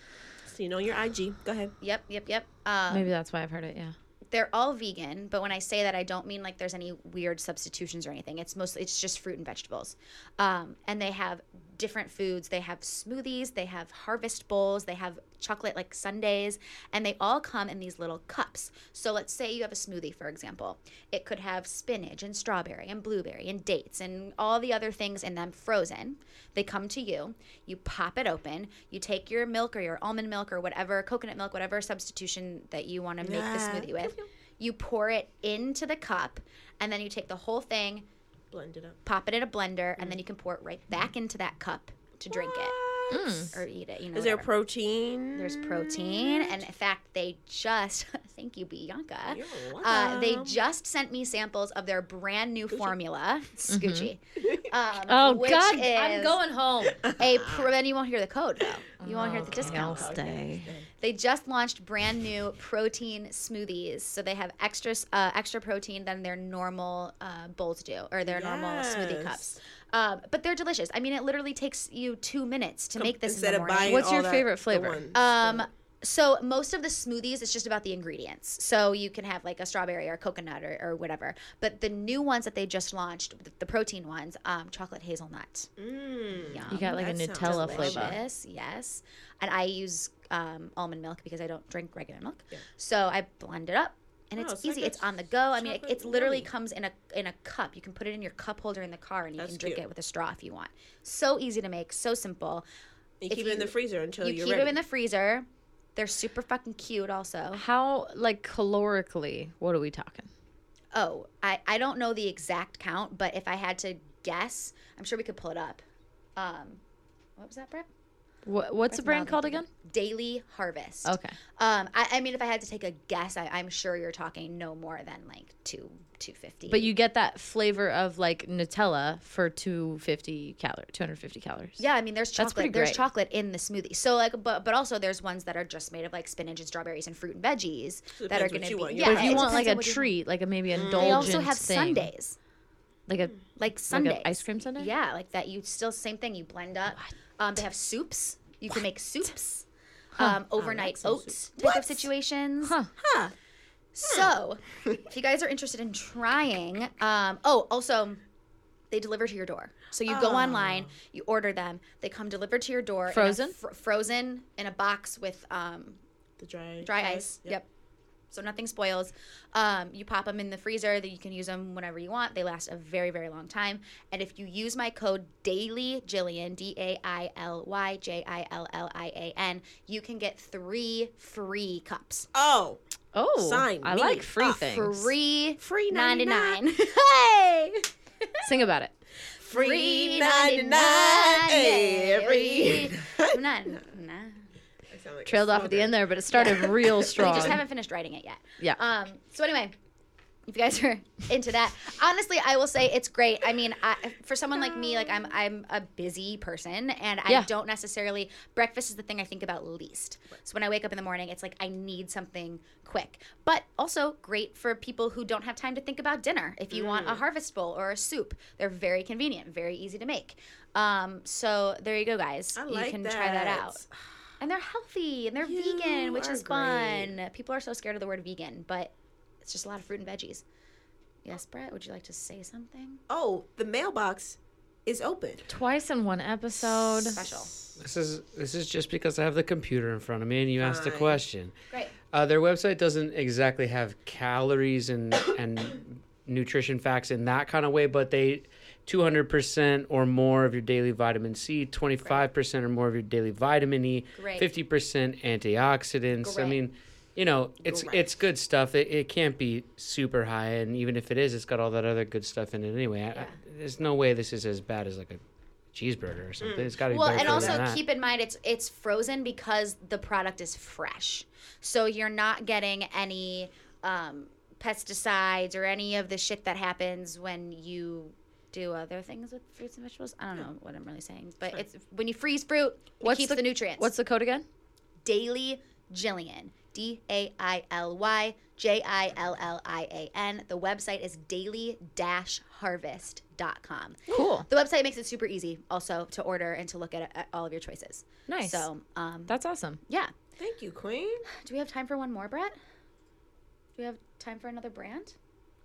S4: Seen on your IG. Go ahead.
S2: Yep, yep, yep. Um,
S3: Maybe that's why I've heard it. Yeah.
S2: they're all vegan, but when I say that, I don't mean like there's any weird substitutions or anything. It's mostly it's just fruit and vegetables, um, and they have different foods. They have smoothies, they have harvest bowls, they have chocolate like sundaes, and they all come in these little cups. So let's say you have a smoothie, for example, it could have spinach and strawberry and blueberry and dates and all the other things in them frozen. They come to you, you pop it open, you take your milk or your almond milk or whatever coconut milk, whatever substitution that you want to make the
S4: Yeah.
S2: smoothie with. You pour it into the cup, and then you take the whole thing,
S4: Blend it up.
S2: pop it in a blender, and then you can pour it right back into that cup to drink it Mm. or eat it. You know,
S4: Is there
S2: whatever.
S4: protein?
S2: There's protein, and in fact, they just thank you, Bianca.
S4: You're
S2: Uh, they
S4: welcome.
S2: just sent me samples of their brand new formula,
S4: Mm-hmm.
S2: Scoochie. Um,
S3: Oh
S2: which
S3: God, I'm
S2: is
S3: going home.
S2: A pro- then you won't hear the code though. You won't
S4: Oh,
S2: hear the discount code.
S3: stay.
S2: They just launched brand new protein smoothies, so they have extra s- uh, extra protein than their normal uh, bowls do, or their normal smoothie
S4: Yes.
S2: cups. Um, but they're delicious. I mean, it literally takes you two minutes to make this in the morning.
S3: What's your
S4: that-
S3: favorite
S4: the
S3: flavor?
S4: ones.
S2: Um, so most of the smoothies, it's just about the ingredients. So you can have like a strawberry or coconut or, or whatever. But the new ones that they just launched, the, the protein ones, um, chocolate hazelnut.
S4: Mm.
S2: Yum.
S3: You got like a
S4: That sounds
S3: Nutella
S4: delicious.
S3: flavor.
S2: Delicious, yes. And I use um, almond milk because I don't drink regular milk. So I blend it up. And it's
S4: Wow, it's like
S2: easy.
S4: a
S2: it's on the go. I mean,
S4: Oh,
S2: it,
S4: chocolate
S2: it's literally
S4: yummy.
S2: comes in a in a cup. You can put it in your cup holder in the car, and you
S4: That's
S2: can drink
S4: cute.
S2: it with a straw if you want. So easy to make, so simple.
S4: You
S2: if
S4: keep it in the
S2: you-
S4: freezer until
S2: you
S4: you're
S2: keep
S4: ready.
S2: them in the freezer. They're super fucking cute, also.
S3: How like calorically? What are we talking?
S2: Oh, I, I don't know the exact count, but if I had to guess, I'm sure we could pull it up. Um, what was that, Brett?
S3: What, what's the brand
S2: Mouth
S3: called
S2: open.
S3: again?
S2: Daily Harvest.
S3: Okay.
S2: Um, I, I mean, if I had to take a guess, I, I'm sure you're talking no more than like two two fifty.
S3: But you get that flavor of like Nutella for 250 calorie, 250 calories.
S2: yeah, I mean, there's
S3: That's pretty
S2: chocolate. There's
S3: great.
S2: chocolate in the smoothie. So like, but but also there's ones that are just made of like spinach and strawberries and fruit and veggies that
S4: depends
S2: are
S4: what
S2: going to
S4: you
S2: be.
S4: want. You
S2: Yeah,
S3: But if you
S2: it
S3: want
S2: depends
S3: like
S2: on
S3: a
S2: what you- Mm.
S3: treat, like a maybe indulgent
S2: they also have
S3: thing,
S2: Sundays.
S3: like a
S2: like
S3: like
S2: Sundays.
S3: an ice cream Sunday.
S2: Yeah, like that. You still same thing. You blend up. Um, they have soups. You can make soups. Um,
S3: Oh,
S2: overnight
S4: some
S2: oats type of situations.
S3: Huh.
S4: Huh.
S2: So, if you guys are interested in trying, um, oh, also, they deliver to your door. So you go online, you order them, they come delivered to your door, in a
S3: Frozen?
S2: fr- frozen in a box with um,
S4: The dry,
S2: dry ice. Yep. so nothing spoils. Um, you pop them in the freezer. That you can use them whenever you want. They last a very very long time. And if you use my code Daily Jillian D A I L Y J I L L I A N, you can get three free cups.
S4: Oh,
S3: Oh,
S4: Sign
S3: I
S4: me
S3: like free
S4: up.
S3: things.
S2: Free
S4: Free 99.
S2: 99. hey.
S3: Sing about it.
S4: free ninety nine every. I sound like a
S3: Trailed off at the
S4: slugger.
S3: end there, but it started real strong.
S2: We just haven't finished writing it yet.
S3: yeah.
S2: Um, so anyway, if you guys are into that, honestly, I will say it's great. I mean, I, for someone like me, like I'm, I'm a busy person, and I
S3: Yeah.
S2: don't necessarily breakfast is the thing I think about least. So when I wake up in the morning, it's like I need something quick, but also great for people who don't have time to think about dinner. If you want a
S4: Mm.
S2: harvest bowl or a soup, they're very convenient, very easy to make. Um, so there you go, guys.
S4: I
S2: you
S4: like
S2: can try that
S4: that.
S2: out. And they're healthy and they're
S4: You
S2: vegan, which
S4: are
S2: is fun. People are so scared of the word vegan, but it's just a lot of fruit and veggies. Yes, Brett, would you like to say something?
S4: Oh, the mailbox is open.
S3: Twice in one episode.
S2: Special.
S1: This is this is just because I have the computer in front of me and you asked a
S4: Fine.
S1: question.
S2: Great.
S1: Uh, their website doesn't exactly have calories and and nutrition facts in that kind of way, but they 200% or more of your daily vitamin C, 25% or more of your daily vitamin E,
S2: Great.
S1: 50% antioxidants. I
S2: Great.
S1: mean, you know, it's
S4: Great.
S1: it's good stuff. It, it can't be super high, and even if it is, it's got all that other good stuff in it anyway. I, I, there's no way this is as bad as like a cheeseburger or something. It's got to be
S2: Mm. Well,
S1: better
S2: and
S1: for you
S2: also
S1: than that.
S2: keep in mind it's it's frozen because the product is fresh, so you're not getting any um, pesticides or any of the shit that happens when you do other things with fruits and vegetables. I don't know what I'm really saying, but it's when you freeze fruit, it keeps the, nutrients.
S3: What's the code again?
S2: Daily Jillian. D A I L Y J I L L I A N. The website is daily harvest.com.
S3: Cool.
S2: The website makes it super easy also to order and to look at, at all of your choices.
S3: Nice.
S2: So, um,
S3: That's awesome.
S2: yeah.
S4: Thank you, Queen.
S2: Do we have time for one more, Brett? Do we have time for another brand?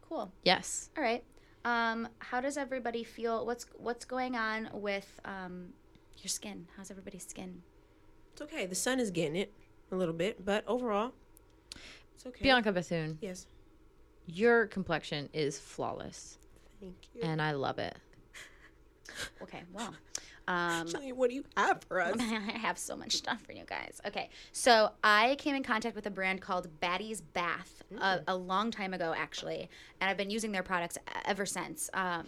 S2: Cool.
S3: Yes.
S2: All right. Um, how does everybody feel? What's what's going on with um, your skin? How's everybody's skin?
S4: It's okay. The sun is getting it a little bit, but overall, it's okay.
S3: Bianca Bethune,
S4: Yes.
S3: your complexion is flawless,
S4: Thank you.
S3: and I love it.
S2: Okay. Well, um,
S4: Jillian, what do you have for us?
S2: I have so much stuff for you guys. Okay, so I came in contact with a brand called Batty's Bath a,
S3: Mm.
S2: a long time ago, actually, and I've been using their products e- ever since. Um,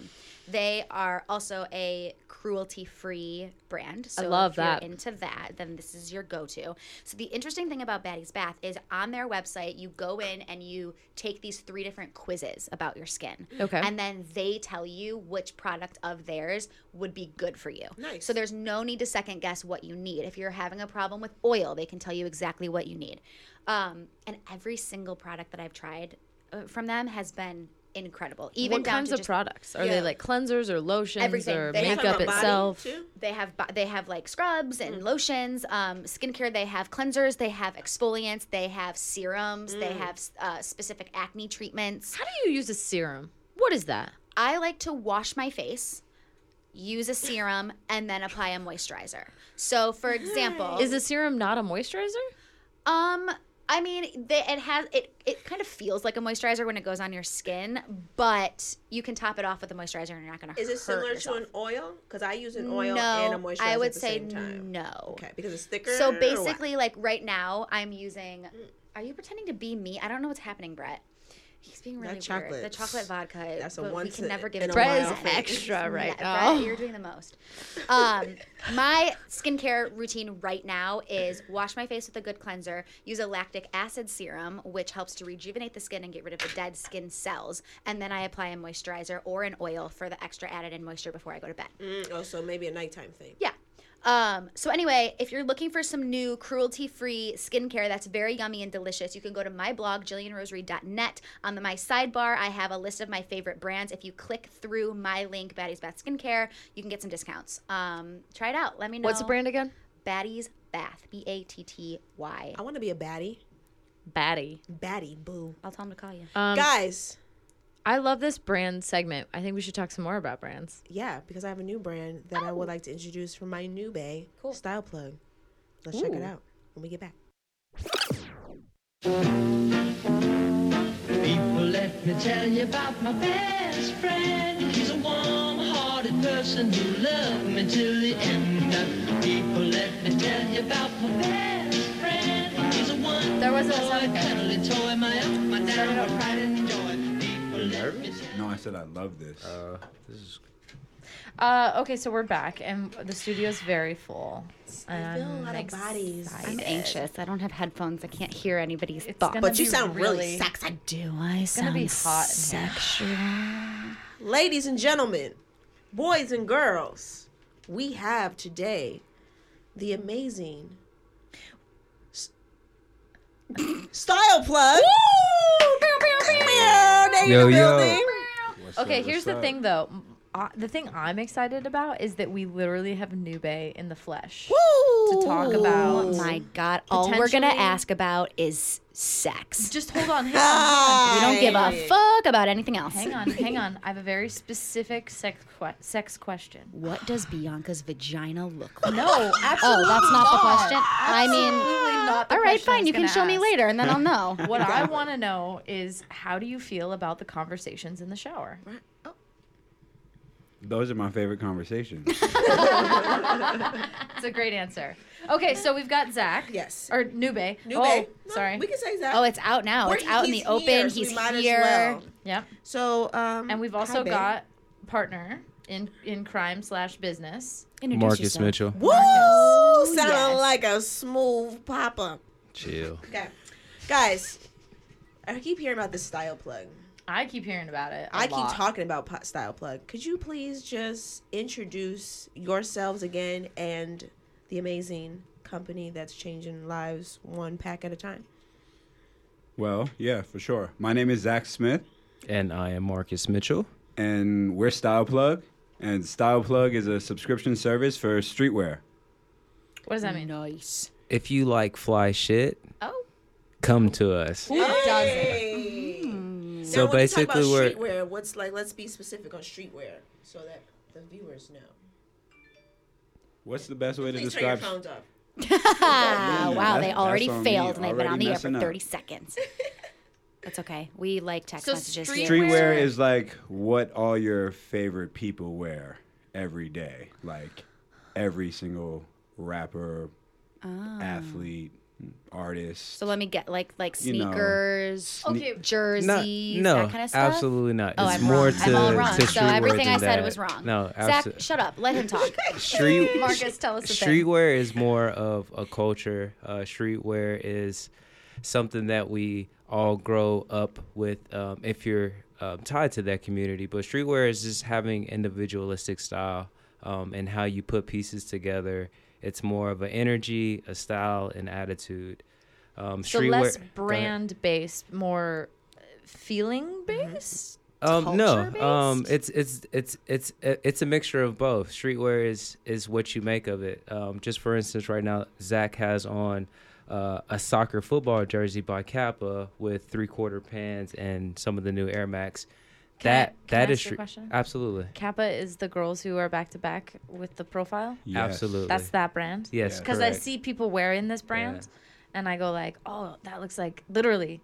S2: they are also a cruelty-free brand, so
S3: love
S2: if you're
S3: that.
S2: into that, then this is your go-to. So the interesting thing about Batty's Bath is on their website, you go in and you take these three different quizzes about your skin,
S3: Okay.
S2: and then they tell you which product of theirs would be good for you.
S4: Nice.
S2: So there's no need to second guess what you need. If you're having a problem with oil, they can tell you exactly what you need. Um, and every single product that I've tried uh, from them has been incredible. Even
S3: what
S2: down
S3: kinds
S2: to
S3: of
S2: just,
S3: products are
S4: Yeah.
S3: they? Like cleansers or lotions
S2: Everything.
S3: or
S2: They have
S3: makeup
S2: a body,
S3: itself?
S2: they have bo- they have like scrubs
S3: Mm.
S2: and lotions, um, skincare. They have cleansers. They have exfoliants. They have serums. They
S3: Mm.
S2: have uh, specific acne treatments.
S3: How do you use a serum? What is that?
S2: I like to wash my face, use a serum, and then apply a moisturizer. So, for example,
S3: Is a serum not a moisturizer?
S2: Um, I mean, the, it has it. It kind of feels like a moisturizer when it goes on your skin, but you can top it off with a moisturizer, and you're not gonna.
S4: Is it
S2: hurt
S4: similar
S2: yourself.
S4: to an oil? Because I use an oil
S2: no,
S4: and a moisturizer
S2: I would
S4: at the
S2: say
S4: same time.
S2: no.
S4: Okay, because it's thicker. or
S2: So
S4: what?
S2: basically, like right now, I'm using.
S4: Mm.
S2: Are you pretending to be me? I don't know what's happening, Brett. He's being really weird. The
S4: chocolate-
S2: chocolate vodka.
S4: that's a
S2: but we
S4: once
S2: can never
S4: in
S2: give
S4: a
S2: it
S4: Brett
S2: to
S4: is
S2: him.
S3: extra right
S2: Yeah,
S3: now.
S2: Brett, you're doing the most. Um, my skincare routine right now is wash my face with a good cleanser, use a lactic acid serum, which helps to rejuvenate the skin and get rid of the dead skin cells, and then I apply a moisturizer or an oil for the extra added in moisture before I go to bed.
S4: Mm, oh, so maybe a nighttime thing.
S2: Yeah. Um, so anyway, if you're looking for some new cruelty-free skincare that's very yummy and delicious, you can go to my blog, JillianRosary.net. On the my sidebar, I have a list of my favorite brands. If you click through my link, Batty's Bath Skincare, you can get some discounts. Um, try it out. Let me know.
S3: What's the brand again?
S2: Batty's Bath. B A T T Y.
S4: I want to be a baddie.
S3: Batty.
S4: Baddie, boo.
S2: I'll tell him to call you.
S3: Um,
S4: Guys,
S3: I love this brand segment. I think we should talk some more about brands.
S4: yeah, because I have a new brand that I
S2: Oh.
S4: would like to introduce for my new bay style plug. Let's check it out when we get back.
S5: me tell you about my best friend. He's a warm-hearted person who loved me till the end. People, let me tell you about my best friend. He's a one
S2: There wasn't a
S5: boy
S2: sound effect.
S5: cuddly toy, my up, my down, my pride and joy. People, let me
S6: nervous?
S7: No, I said I love this.
S6: Uh, this is
S3: Uh, okay, so we're back, and the studio's very full.
S4: I feel a
S3: I'm
S4: lot of bodies.
S3: excited.
S2: I'm anxious. I don't have headphones. I can't hear anybody's thoughts.
S3: gonna
S4: But you
S3: be
S4: sound really,
S3: really-
S4: sexy.
S2: Do I
S3: It's gonna
S2: sound
S3: be hot. in here.
S2: sexual?
S4: Ladies and gentlemen, boys and girls, we have today the amazing s- style plug. Meow, they in
S6: Yo,
S4: the
S6: yo.
S4: building.
S7: What's up,
S3: Okay,
S7: what's
S3: here's the
S7: up?
S3: thing though. M- Uh, the thing I'm excited about is that we literally have Nube in the flesh.
S4: Woo!
S3: To talk about-
S2: Oh my god! All we're gonna
S3: Potentially-
S2: ask about is sex.
S3: Just hold on. Hang on.
S2: We don't give a fuck about anything else.
S3: Hang on. Hang on. hang on. I have a very specific sex que- sex question.
S2: What does Bianca's vagina look like?
S3: No,
S2: Oh,
S3: absolutely.
S2: that's not the
S3: not.
S2: question. I
S3: Absolutely
S2: mean,
S3: not the
S2: all right,
S3: question I
S2: fine.
S3: was
S2: You can
S3: gonna
S2: show me
S3: ask.
S2: later, and then I'll know.
S3: What I want to know is how do you feel about the conversations in the shower?
S7: Those are my favorite conversations.
S3: It's a great answer. Okay, so we've got Zach.
S4: Yes.
S3: Or Nube.
S4: New
S3: oh,
S4: babe. No,
S3: sorry.
S4: We can say that.
S2: Oh, it's out now.
S4: We're-
S2: It's out in the
S4: he's
S2: open.
S4: here, so we
S2: He's
S4: might as
S2: here.
S4: well.
S3: Yep.
S4: So, um,
S3: And we've
S4: hi,
S3: also
S4: babe.
S3: got partner in in crime slash business.
S2: Introduce
S6: Marcus
S2: yourself.
S6: Mitchell.
S4: Woo! Sounding
S2: yes.
S4: like a smooth pop up.
S6: Chill.
S4: Okay. Guys, I keep hearing about this style plug.
S3: I keep hearing about it. I
S4: I keep talking about pot style plug. Could you please just introduce yourselves again and the amazing company that's changing lives one pack at a time?
S7: well, yeah, for sure. My name is Zach Smith,
S6: And I am Marcus Mitchell.
S7: and we're Style Plug. And Style Plug is a subscription service for streetwear.
S3: What does that mean?
S2: Nice.
S6: If you like fly shit,
S3: Oh.
S6: come to us.
S4: Hey!
S6: So
S4: now, when you talk
S6: basically, we're
S4: about streetwear. What's like? Let's be specific on streetwear so that the viewers know.
S7: What's the best way to
S4: Please turn your
S7: describe?
S4: phones off.
S2: Ah, wow,
S7: that's-
S2: they
S7: that's
S2: already
S7: on me,
S2: failed, and they've been
S7: already
S2: on the air for
S7: messing up.
S2: 30 seconds. That's okay. We like text
S3: So
S2: messages
S3: street-
S2: here.
S7: Streetwear is like what all your favorite people wear every day. Like every single rapper, athlete, artist.
S2: Ah. So let me get like like
S7: You know,
S2: sneakers,
S3: Okay.
S6: Not-
S2: jerseys,
S6: no,
S2: that kind of stuff.
S6: absolutely not.
S2: Oh,
S6: it's
S2: I'm
S6: more
S2: wrong.
S6: to,
S2: I'm all wrong.
S6: to
S2: So
S6: streetwear
S2: everything I
S6: than
S2: said
S6: that.
S2: was wrong.
S6: No,
S2: Zach,
S6: absolutely.
S2: shut up. Let him talk.
S6: Street,
S3: Marcus, tell us the thing.
S6: Streetwear is more of a culture. Uh, streetwear is something that we all grow up with um, if you're um, tied to that community. But streetwear is just having individualistic style um, and how you put pieces together. It's more of an energy, a style, and attitude. Um,
S3: So
S6: streetwear-
S3: less
S6: go ahead.
S3: brand based, more feeling based.
S6: Um, no,
S3: culture
S6: um,
S3: based?
S6: it's it's it's it's it's a mixture of both. Streetwear is is what you make of it. Um, just for instance, right now Zach has on uh, a soccer football jersey by Kappa with three quarter pants and some of the new Air Max.
S3: Can I-
S6: that
S3: can I
S6: that is
S3: ask you a
S6: stre-
S3: question?
S6: absolutely
S3: Kappa is the girls who are back to back with the profile.
S7: Yes.
S6: absolutely
S3: That's that brand.
S6: yes
S3: Because I
S6: correct.
S3: see people wearing this brand, and I go like, "Oh, that looks like literally,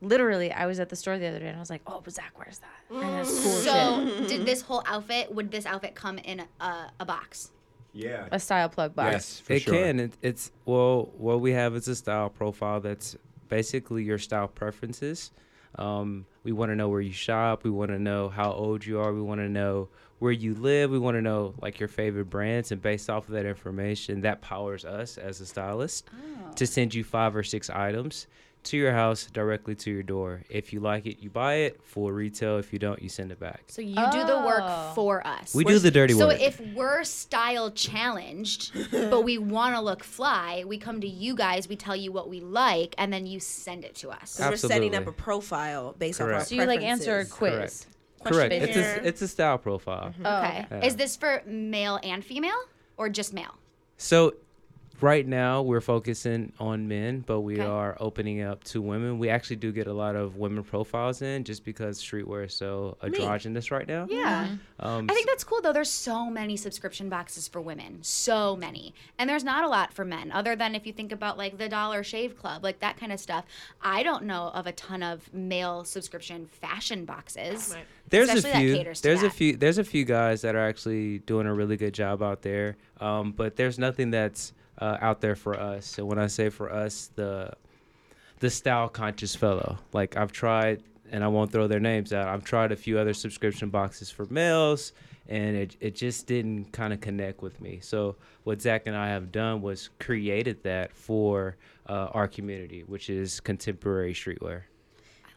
S3: literally." I was at the store the other day, and I was like, "Oh, but Zach wears that." And that's cool shit.
S2: Mm. So, did this whole outfit? Would this outfit come in a, a box?
S7: Yeah.
S3: A style plug box.
S7: Yes, for
S6: it
S7: sure.
S6: can. It, it's well, what we have is a style profile that's basically your style preferences. Um, we want to know where you shop. We want to know how old you are. We want to know where you live. We want to know like your favorite brands, and based off of that information, that powers us as a stylist to send you five or six items to your house directly to your door. If you like it, you buy it. Full retail. If you don't, you send it back.
S2: So you do the
S3: Oh.
S2: work for us.
S6: We do the dirty
S2: so
S6: work.
S2: if we're style challenged, but we want to look fly, we come to you guys. We tell you what we like, and then you send it to us.
S4: Because we're setting up a
S6: Absolutely.
S4: profile based off our
S6: Correct.
S3: So you like answer a
S4: preferences.
S3: quiz.
S6: Correct. Correct.
S4: Question
S6: It's a,
S4: here.
S6: it's a style profile.
S3: Oh,
S2: Okay. Is this for male and female, or just male?
S6: So right now we're focusing on men, but we
S2: Okay.
S6: are opening up to women. We actually do get a lot of women profiles in just because streetwear is so androgynous right now.
S2: Yeah.
S6: Um,
S2: I think that's cool though. There's so many subscription boxes for women, so many, and there's not a lot for men, other than if you think about like the Dollar Shave Club, like that kind of stuff. I don't know of a ton of male subscription fashion boxes.
S4: Right.
S6: there's a
S2: especially that
S6: few
S2: caters to
S6: there's a
S2: that.
S6: few there's a few guys that are actually doing a really good job out there um, but there's nothing that's uh, out there for us and when i say for us the the style conscious fellow like i've tried and i won't throw their names out i've tried a few other subscription boxes for males and it, it just didn't kind of connect with me so what zach and i have done was created that for uh, our community which is contemporary streetwear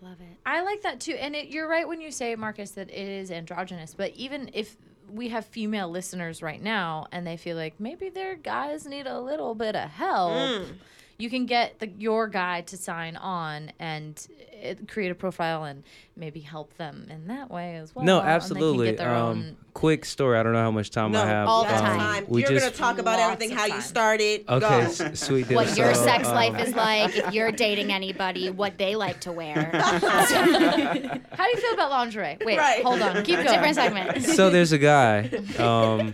S2: I love it.
S3: I like that too. And it, you're right when you say, Marcus, that it is androgynous. But even if we have female listeners right now and they feel like maybe their guys need a little bit of help,
S2: Mm.
S3: you can get the, your guy to sign on and uh create a profile and maybe help them in that way as well. and
S6: No,
S3: they can get
S6: absolutely.
S3: their
S6: Um,
S3: own-
S6: quick story. I don't know how much time I
S4: No,
S6: have.
S4: all
S2: the
S6: um,
S4: time.
S6: We
S4: You're
S6: just
S4: gonna talk about
S3: Lots
S4: everything
S3: of
S4: how
S3: time.
S4: you started.
S6: okay,
S4: Go.
S6: s- sweet. deal.
S2: What your
S6: So,
S2: sex
S6: um,
S2: life is like, if you're dating anybody, what they like to wear.
S3: how do you feel about lingerie? Wait,
S4: Right.
S3: hold on. Keep going.
S2: Different segment.
S6: so there's a guy. Um,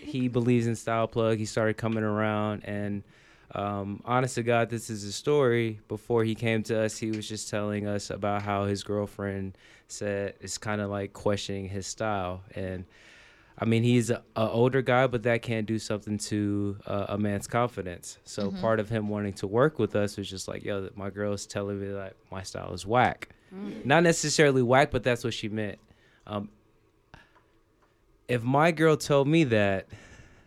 S6: he believes in style plug. He started coming around, and um, honest to God, this is his story. Before he came to us, he was just telling us about how his girlfriend said it's kind of like questioning his style. And I mean, he's a, a older guy, but that can do something to uh, a man's confidence. So part of him wanting to work with us was just like, yo, my girl's telling me that my style is whack. Not necessarily whack, but that's what she meant. Um, if my girl told me that,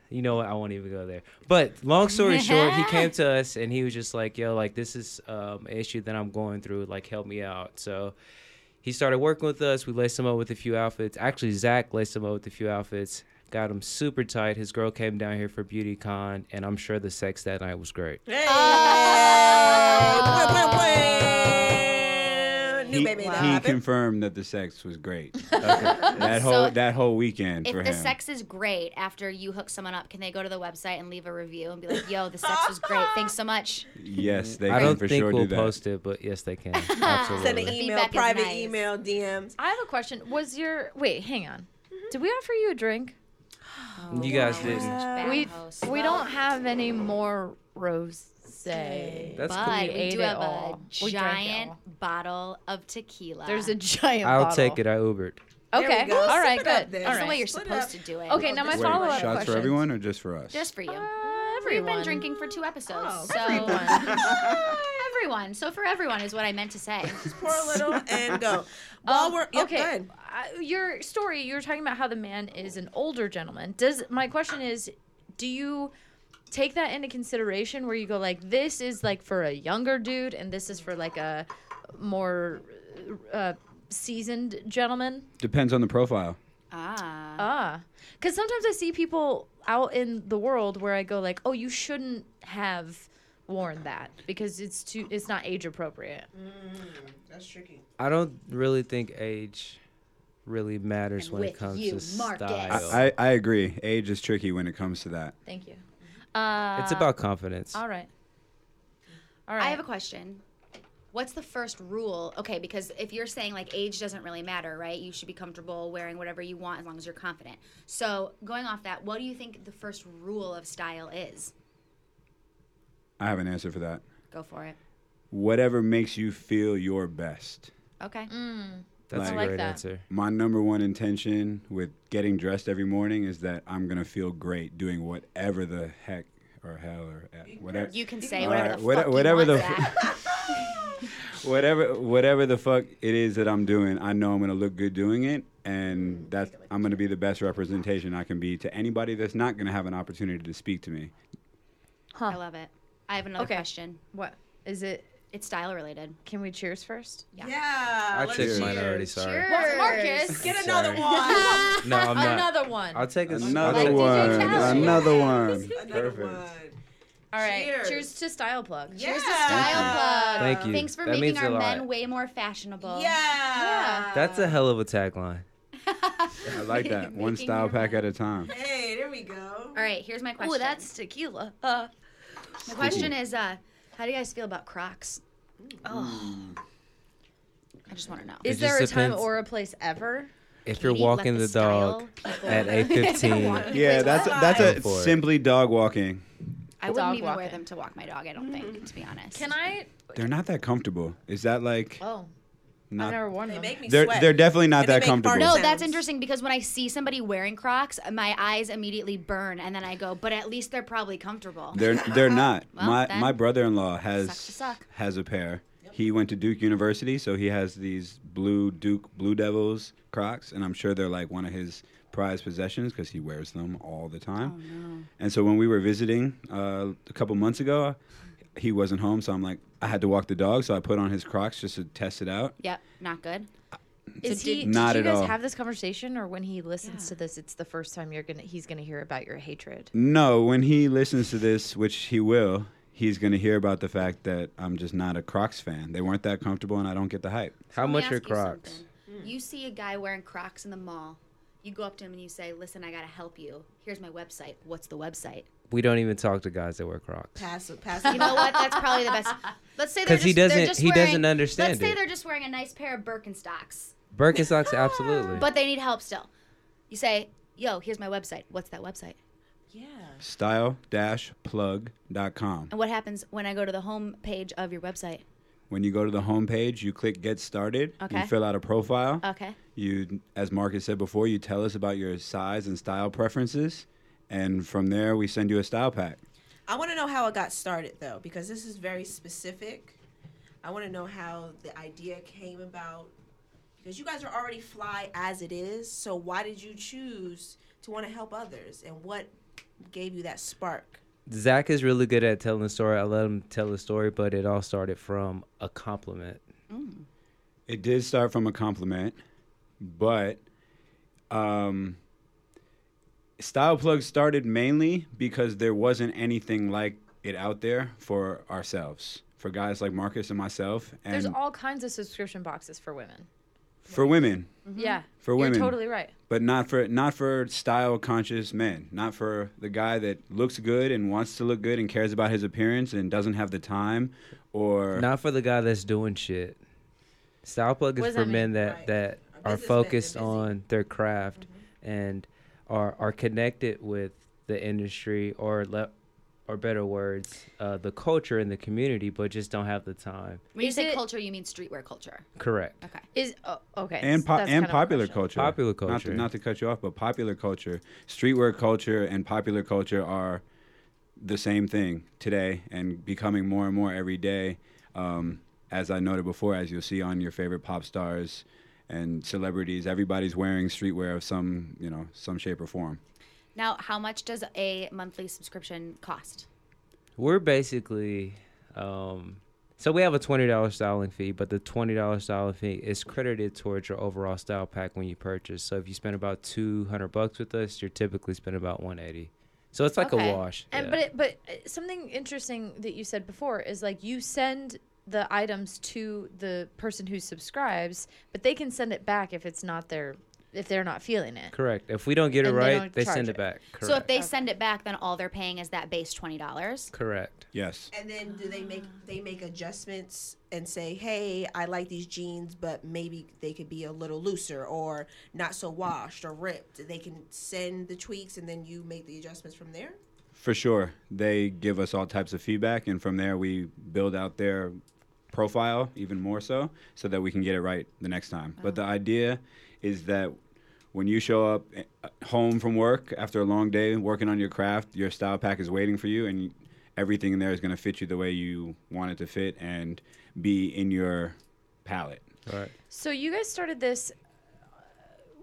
S6: you know what, I won't even go there. But long story short, he came to us and he was just like, yo, like this is um, an issue that I'm going through. Like, help me out. So he started working with us. We laced him up with a few outfits. Actually, Zach laced him up with a few outfits. Got him super tight. His girl came down here for beauty con, and I'm sure the sex that night was great.
S4: Hey. New
S7: He,
S4: baby.
S7: he
S4: that happened.
S7: confirmed that the sex was great. That whole that whole weekend
S2: If
S7: for
S2: the
S7: him.
S2: sex is great after you hook someone up, can they go to the website and leave a review and be like, "Yo, the sex was great. Thanks so much."
S7: yes, they
S6: I
S7: can
S6: don't
S7: for
S6: think
S7: sure
S6: we'll
S7: do that.
S6: post it, but yes, they can.
S4: Send an
S6: Absolutely.
S4: email,
S2: feedback is
S4: private
S2: nice.
S4: email, DMs.
S3: I have a question. Was your. Wait, hang on.
S2: Mm-hmm.
S3: Did we offer you a drink?
S6: Oh, you guys didn't.
S4: Uh,
S3: we
S2: Bauhaus.
S3: we don't have any more rose.
S6: That's
S2: but
S6: cool.
S3: We
S2: we
S3: ate
S2: do
S3: it
S2: have a
S3: all. We drank it
S2: giant
S3: all.
S2: bottle of tequila.
S3: There's a giant.
S6: I'll
S3: bottle.
S6: take it. I Ubered.
S4: There we
S3: Okay.
S4: go.
S3: All
S4: Sip
S3: right.
S4: it up
S3: Good.
S4: then.
S3: All
S2: That's the way
S3: right.
S2: you're
S4: Split
S2: supposed
S4: up.
S2: to do it.
S3: Okay. Now my
S7: Wait,
S3: follow up
S7: shots
S3: question.
S7: for everyone or just for us?
S2: Just for you. We've
S3: everyone.
S2: been drinking for two episodes.
S4: Oh,
S2: so everyone. So for everyone is what I meant to say.
S4: Pour a little and go. While we're yep,
S3: Um, okay.
S4: go ahead.
S3: I- your story. You're talking about how the man is an older gentleman. Does my question is, do you take that into consideration where you go like, this is like for a younger dude, and this is for like a more uh, seasoned gentleman?
S7: Depends on the profile.
S2: ah.
S3: Ah, because sometimes I see people out in the world where I go like, "Oh, you shouldn't have worn that because it's too, it's not age appropriate."
S4: That's tricky.
S6: I don't really think age really matters
S2: And
S6: when it
S2: with
S6: comes
S2: you,
S6: to
S2: Marcus.
S6: style.
S7: I, I, I agree. Age is tricky when it comes to that.
S3: Thank you. Uh,
S6: it's about confidence.
S3: all right. All right.
S2: I have a question. What's the first rule? Okay, because if you're saying like age doesn't really matter, right? You should be comfortable wearing whatever you want as long as you're confident. So, going off that, what do you think the first rule of style is?
S7: I have an answer for that.
S2: Go for it.
S7: Whatever makes you feel your best.
S2: Okay.
S6: That's
S7: I
S6: a
S7: like
S6: great
S3: that.
S6: answer.
S7: My number one intention with getting dressed every morning is that I'm gonna feel great doing whatever the heck or hell or eh, whatever.
S2: You can say
S7: All
S2: whatever
S7: right,
S2: the
S7: what-
S2: fuck you
S7: whatever
S2: want,
S7: the
S2: Zach.
S7: whatever whatever the fuck it is that I'm doing, I know I'm gonna look good doing it, and that's I'm gonna be the best representation I can be to anybody that's not gonna have an opportunity to speak to me.
S2: I love it. I have another
S3: Okay.
S2: question.
S3: What is it?
S2: It's style related.
S3: Can we cheers first?
S4: Yeah.
S6: I
S4: let's
S6: took mine
S4: cheers.
S6: already. Sorry.
S3: Marcus,
S4: Get another
S6: Sorry.
S4: one.
S6: No, I'm not.
S3: another one.
S6: I'll take a s- I'll
S7: Another
S6: take-
S7: one,
S3: Towser.
S7: another one.
S4: another
S7: Perfect.
S4: one.
S3: All right. Cheers.
S4: Cheers.
S3: to style plug.
S4: Yeah.
S2: Style plug.
S6: Thank you.
S2: Thanks for
S6: That
S2: making
S6: means a
S2: our
S6: lot.
S2: men way more fashionable.
S4: Yeah.
S6: That's a hell of a tagline.
S7: I like that. One
S2: Making
S7: style
S2: your
S7: pack
S2: mind.
S7: at a time.
S4: Hey, there we go.
S2: All right, here's my question.
S3: Oh, that's tequila. Uh,
S2: The question is, uh, how do you guys feel about Crocs? Oh, I just want to know.
S3: Is
S6: It
S3: there a
S6: just
S3: time
S6: depends.
S3: or a place ever?
S6: If you're
S2: Katie, let
S6: walking
S2: the
S6: the, dog
S2: style
S6: at
S2: people-
S6: 8:15,
S7: Yeah, that's that's
S6: Go
S7: a
S6: for it.
S7: simply dog walking.
S2: I wouldn't
S3: Dog
S2: even wear
S3: walking.
S2: them to walk my dog. I don't think, to be honest.
S3: Can I?
S7: They're not that comfortable. Is that like
S3: Oh, I've
S7: not?
S3: never worn
S4: They
S3: them.
S4: make me
S7: They're
S4: sweat.
S7: they're definitely not
S4: And they
S7: that
S4: make
S7: comfortable.
S4: fart
S2: No, that's
S4: sounds.
S2: interesting because when I see somebody wearing Crocs, my eyes immediately burn, and then I go, "But at least they're probably comfortable."
S7: They're they're not.
S2: Well,
S7: my
S2: then,
S7: my brother-in-law
S2: sucks to
S7: has
S2: suck.
S7: has a pair. He went to Duke University, so he has these blue Duke Blue Devils Crocs, and I'm sure they're like one of his prized possessions because he wears them all the time.
S2: Oh,
S7: And so when we were visiting uh, a couple months ago, he wasn't home, so I'm like, I had to walk the dog, so I put on his Crocs just to test it out.
S2: Yep, not good.
S3: Is
S2: So did-
S3: he?
S7: Not
S3: did you
S7: at
S3: guys
S7: all.
S3: have this conversation, or when he listens to this, it's the first time you're gonna he's gonna hear about your hatred?
S7: No, when he listens to this, which he will, he's going to hear about the fact that I'm just not a Crocs fan. They weren't that comfortable, and I don't get the hype.
S6: how
S2: Let me
S6: much are
S2: ask you
S6: Crocs?
S2: something. You see a guy wearing Crocs in the mall. You go up to him and you say, "Listen, I gotta help you. Here's my website. What's the website?"
S6: We don't even talk to guys that wear Crocs.
S4: Pass, pass.
S2: You know what? That's probably the best. Let's say they're
S6: 'Cause
S2: just,
S6: he
S2: they're
S6: doesn't-
S2: just
S6: he
S2: wearing,
S6: doesn't understand
S2: Let's say
S6: it.
S2: they're just wearing a nice pair of Birkenstocks,
S6: Birkenstocks, absolutely.
S2: but they need help still. You say, "Yo, here's my website. What's that website?"
S4: Yeah.
S7: style-plug.com.
S2: And what happens when I go to the home page of your website?
S7: When you go to the homepage, you click Get Started.
S2: Okay.
S7: You fill out a profile.
S3: Oh.
S2: Okay.
S7: You, as Marcus said before, you tell us about your size and style preferences, and from there we send you a style pack.
S4: I want to know how it got started though, because this is very specific. I want to know how the idea came about, because you guys are already fly as it is. So why did you choose to want to help others, and what gave you that spark?
S6: Zach is really good at telling the story. I let him tell the story, but it all started from a compliment.
S7: It did start from a compliment, but um, Style Plug started mainly because there wasn't anything like it out there for ourselves, for guys like Marcus and myself, and
S3: There's all kinds of subscription boxes for women.
S7: for women,
S3: Yeah,
S7: For women.
S3: you're totally right.
S7: but not for not for style conscious men, not for the guy that looks good and wants to look good and cares about his appearance and doesn't have the time, or
S6: Not for the guy that's doing shit. Style plug
S3: What
S6: is
S3: does
S6: for
S3: that mean?
S6: men that
S4: Right.
S6: that
S4: Our businessmen, they're
S6: are focused
S4: busy.
S6: on their craft
S3: Mm-hmm.
S6: and are are connected with the industry or le- or better words, uh, the culture and the community, but just don't have the time.
S2: When you
S3: Is
S2: say
S3: it-
S2: culture, you mean streetwear culture.
S6: Correct.
S2: Okay.
S3: Is oh, okay
S7: and
S3: so
S7: po-
S3: that's kind
S7: and
S3: of a
S7: popular
S3: question.
S7: culture.
S6: Popular
S7: Not to,
S6: culture.
S7: not to cut you off, but popular culture, streetwear culture, and popular culture are the same thing today and becoming more and more every day. Um, as I noted before, as you'll see on your favorite pop stars and celebrities, everybody's wearing streetwear of some you know some shape or form.
S2: Now, how much does a monthly subscription cost?
S6: We're basically um, so we have a twenty dollar styling fee, but the twenty dollar styling fee is credited towards your overall style pack when you purchase. So if you spend about two hundred bucks with us, you're typically spending about one eighty. So it's like
S2: Okay.
S6: a wash.
S3: And
S6: yeah.
S3: but it, but uh, something interesting that you said before is like you send the items to the person who subscribes, but they can send it back if it's not their if they're not feeling it.
S6: correct. If we don't get it
S3: And they
S6: right,
S3: don't
S6: they,
S3: charge
S6: send
S3: it.
S6: it back. Correct.
S2: So if they send it back, then all they're paying is that base twenty dollars.
S6: correct.
S7: Yes.
S4: And then do they make they make adjustments and say, hey, I like these jeans, but maybe they could be a little looser or not so washed or ripped. They can send the tweaks, and then you make the adjustments from there.
S7: For sure. They give us all types of feedback, and from there, we build out their profile even more so so that we can get it right the next time. But the idea is that when you show up uh, home from work after a long day working on your craft, your style pack is waiting for you, and everything in there is going to fit you the way you want it to fit and be in your palette.
S6: Right.
S3: So you guys started this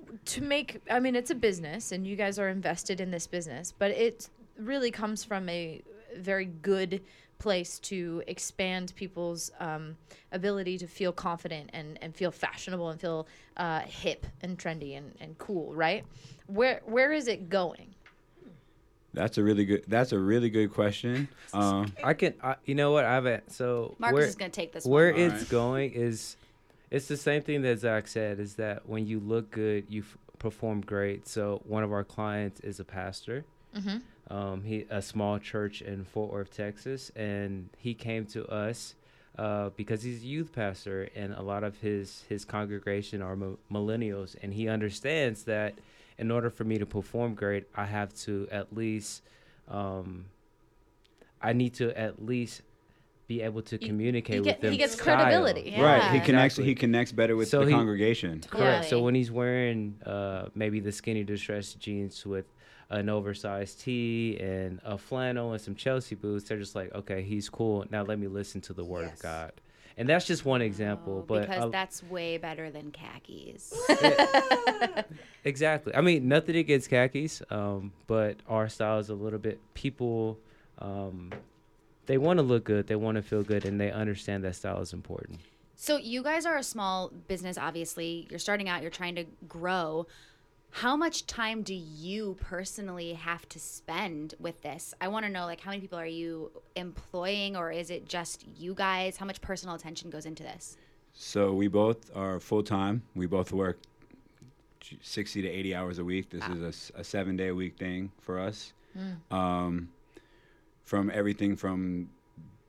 S3: uh, to make I mean it's a business and you guys are invested in this business, but it really comes from a very good place to expand people's um, ability to feel confident and, and feel fashionable and feel uh, hip and trendy and, and cool, right? Where where is it going?
S7: That's a really good. That's a really good question. Um,
S6: I can. I, you know what? I've a- so
S2: Marcus
S6: where-
S2: is going to take this.
S6: where
S2: one.
S6: it's
S7: Alright.
S6: going is it's the same thing that zach said is that when you look good you f- perform great so one of our clients is a pastor
S2: Mm-hmm.
S6: um, he a small church in Fort Worth, Texas, and he came to us uh, because he's a youth pastor, and a lot of his his congregation are mi- millennials, and he understands that in order for me to perform great, I have to at least, um, I need to at least be able to communicate
S3: he
S6: with
S3: get-
S6: them.
S3: he gets
S6: style.
S3: credibility.
S7: Right. He
S3: Yeah.
S7: connects.
S6: Exactly.
S7: He connects better with
S6: So
S7: the
S6: he-
S7: congregation.
S6: Correct. So
S3: Yeah.
S6: when he's wearing uh, maybe the skinny distressed jeans with an oversized tee and a flannel and some Chelsea boots, they're just like, okay, he's cool. Now let me listen to the word
S4: Yes.
S6: of God. And that's just one
S3: Oh,
S6: example, but
S2: because
S6: I-
S2: that's way better than khakis.
S6: exactly. I mean, nothing against khakis, um, but our style is a little bit people. Um, they want to look good, they want to feel good, and they understand that style is important.
S2: so you guys are a small business, obviously. You're starting out. You're trying to grow. How much time do you personally have to spend with this? I want to know, like, how many people are you employing, or is it just you guys? How much personal attention goes into this?
S7: So we both are full time. We both work j- sixty to eighty hours a week. This is a s- a, seven day a week thing for us. Um, from everything from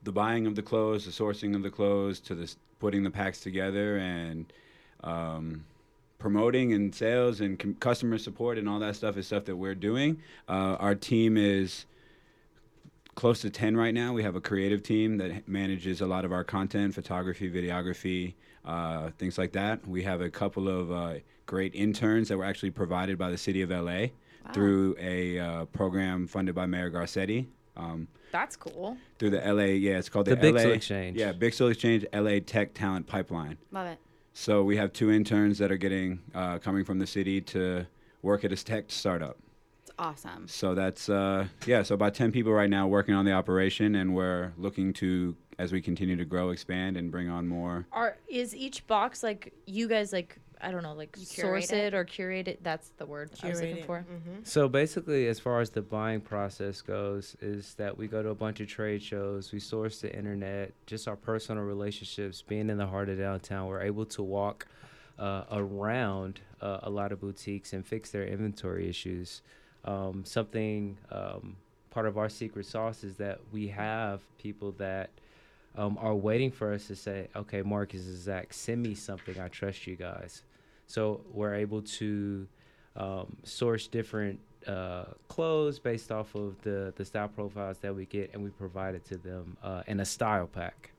S7: the buying of the clothes, the sourcing of the clothes, to the s- putting the packs together and um, promoting and sales and com- customer support and all that stuff is stuff that we're doing. Uh, our team is close to 10 right now. We have a creative team that manages a lot of our content, photography, videography, uh, things like that. We have a couple of uh, great interns that were actually provided by the city of LA through a uh, program funded by Mayor Garcetti. Um,
S3: That's cool.
S7: through the LA, yeah, it's called the,
S6: The Bixel
S7: LA
S6: Exchange.
S7: Yeah, Bixel Exchange LA Tech Talent Pipeline.
S2: Love it.
S7: So we have two interns that are getting uh, coming from the city to work at a tech startup.
S2: It's awesome.
S7: So that's uh, yeah. So about ten people right now working on the operation, and we're looking to as we continue to grow, expand, and bring on more.
S3: Are is each box like you guys like I don't know like
S2: curate
S3: source
S2: it?
S3: it or curate it? That's the word I was looking for.
S6: So basically, as far as the buying process goes, is that we go to a bunch of trade shows, we source the internet, just our personal relationships, being in the heart of downtown, we're able to walk uh, around uh, a lot of boutiques and fix their inventory issues. Um, something um, part of our secret sauce is that we have people that um, are waiting for us to say, okay, Marcus and Zach, send me something. I trust you guys. So we're able to um, source different uh, clothes based off of the, the style profiles that we get, and we provide it to them uh, in a style pack.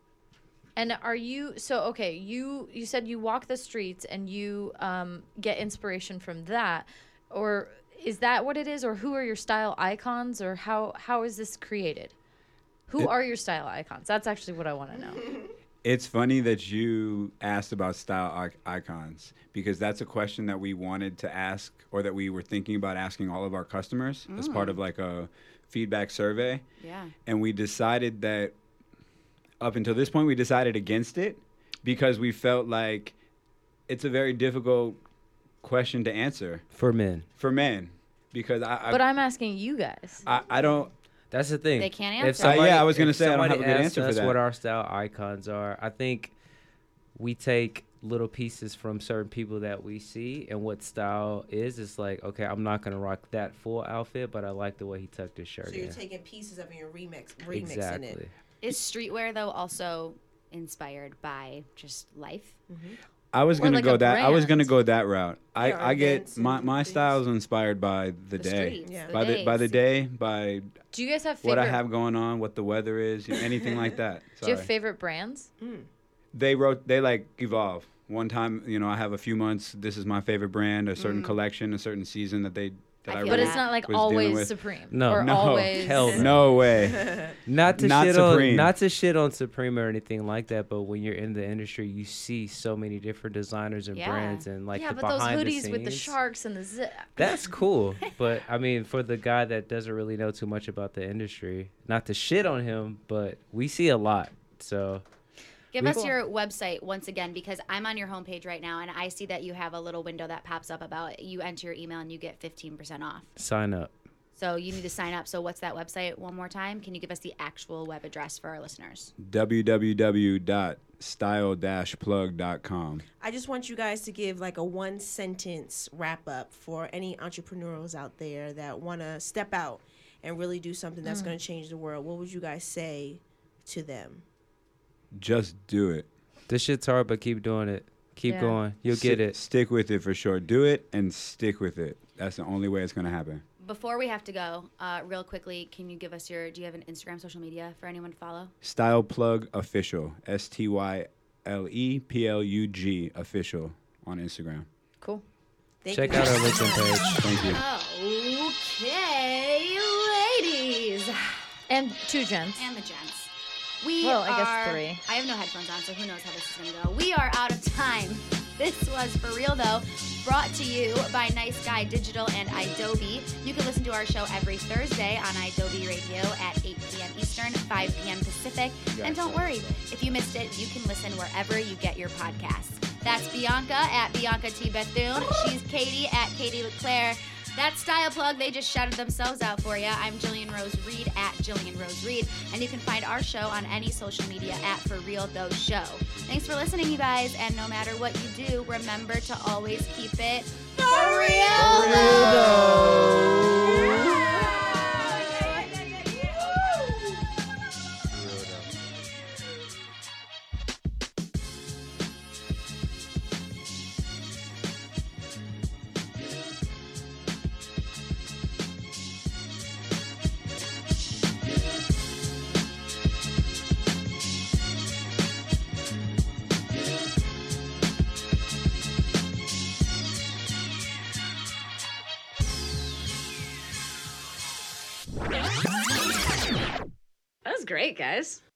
S3: And are you so okay? You you said you walk the streets and you um, get inspiration from that, or is that what it is? Or who are your style icons? Or how how is this created? Who are your style icons? That's actually what I want to know.
S7: It's funny that you asked about style ic- icons because that's a question that we wanted to ask, or that we were thinking about asking all of our customers as part of like a feedback survey.
S2: Yeah.
S7: and we decided that up until this point we decided against it because we felt like it's a very difficult question to answer
S6: For men,
S7: for men because I
S3: But
S7: I,
S3: I'm asking you guys.
S7: I, I don't
S6: that's the thing.
S2: They can't
S6: If
S2: answer.
S7: Uh, yeah,
S6: somebody-
S7: I was gonna
S6: if
S7: say I don't have
S6: somebody
S7: a good
S6: asks
S7: answer for
S6: us
S7: that.
S6: What our style icons are, I think we take little pieces from certain people that we see and what style is. It's like, okay, I'm not gonna rock that full outfit, but I like the way he tucked his shirt
S4: So
S6: in.
S4: you're taking pieces of it, and you're remix, remixing
S6: exactly.
S4: it.
S2: Is streetwear though also inspired by just life?
S7: I was
S3: Or
S7: gonna
S3: like
S7: go
S3: a
S7: that I was
S3: brand.
S7: gonna go that route I,
S4: Yeah, or
S7: I get
S4: events
S7: my
S4: and
S7: my
S4: things.
S7: style is inspired by the,
S2: The
S7: day
S2: streets,
S4: Yeah.
S2: the
S7: by the by the
S2: days.
S7: day by
S3: Do you guys have favorite?
S7: what I have going on what the weather is you know, anything like that
S3: do you have
S7: Sorry.
S3: favorite brands?
S7: they wrote they like evolve one time you know i have a few months this is my favorite brand a
S3: Mm.
S7: certain collection a certain season that they that
S2: I
S7: i,
S2: feel
S7: wrote
S3: But
S2: Yeah.
S3: it's not like
S7: Was dealing
S3: always
S7: with-
S3: Supreme.
S6: No.
S3: or
S7: no
S3: always.
S6: Hell no.
S7: no way
S6: Not to
S7: Not
S6: shit
S7: Supreme.
S6: on not to shit on Supreme or anything like that, but when you're in the industry, you see so many different designers and
S2: Yeah.
S6: brands and like
S3: yeah,
S6: the
S3: but those
S6: behind
S3: hoodies
S6: the
S3: with the
S6: scenes.
S3: sharks and the zip.
S6: That's cool, but I mean, for the guy that doesn't really know too much about the industry, not to shit on him, but we see a lot. So
S2: Give
S6: We-
S2: us your website once again because I'm on your homepage right now and I see that you have a little window that pops up about you enter your email and you get 15% off.
S6: sign up.
S2: So you need to sign up. So what's that website one more time? Can you give us the actual web address for our listeners?
S7: www.style-plug.com
S4: I just want you guys to give like a one sentence wrap up for any entrepreneurs out there that want to step out and really do something that's going to change the world, what would you guys say to them?
S7: Just do it.
S6: This shit's hard, but keep doing it. Keep
S3: Yeah.
S6: going. You'll
S7: Sti-
S6: get it.
S7: Stick with it for sure. Do it and stick with it. That's the only way it's gonna happen.
S2: Before we have to go, uh, real quickly, can you give us your? Do you have an Instagram, social media for anyone to follow?
S7: Style plug official. S T Y L E P L U G official on Instagram.
S3: Cool.
S4: Thank
S6: Check
S4: you.
S6: out our LinkedIn page.
S7: Thank you.
S2: Okay, ladies
S3: And two gents.
S2: and the gents. We
S3: Well, I guess
S2: are-
S3: three.
S2: I have no headphones on, so who knows how this is gonna go. We are out of time. This was for real though, brought to you by Nice Guy Digital and Adobe. You can listen to our show every Thursday on Adobe Radio at 8 p.m. Eastern, 5 p.m. Pacific. And don't worry, if you missed it, you can listen wherever you get your podcasts. That's Bianca at Bianca T. Bethune. She's Katie at Katie LeClaire. That style plug, they just shouted themselves out for you. I'm Jillian Rose Reed at Jillian Rose Reed. And you can find our show on any social media at For Real Though Show. Thanks for listening, you guys. And no matter what you do, remember to always keep it for real.
S8: That was great, guys.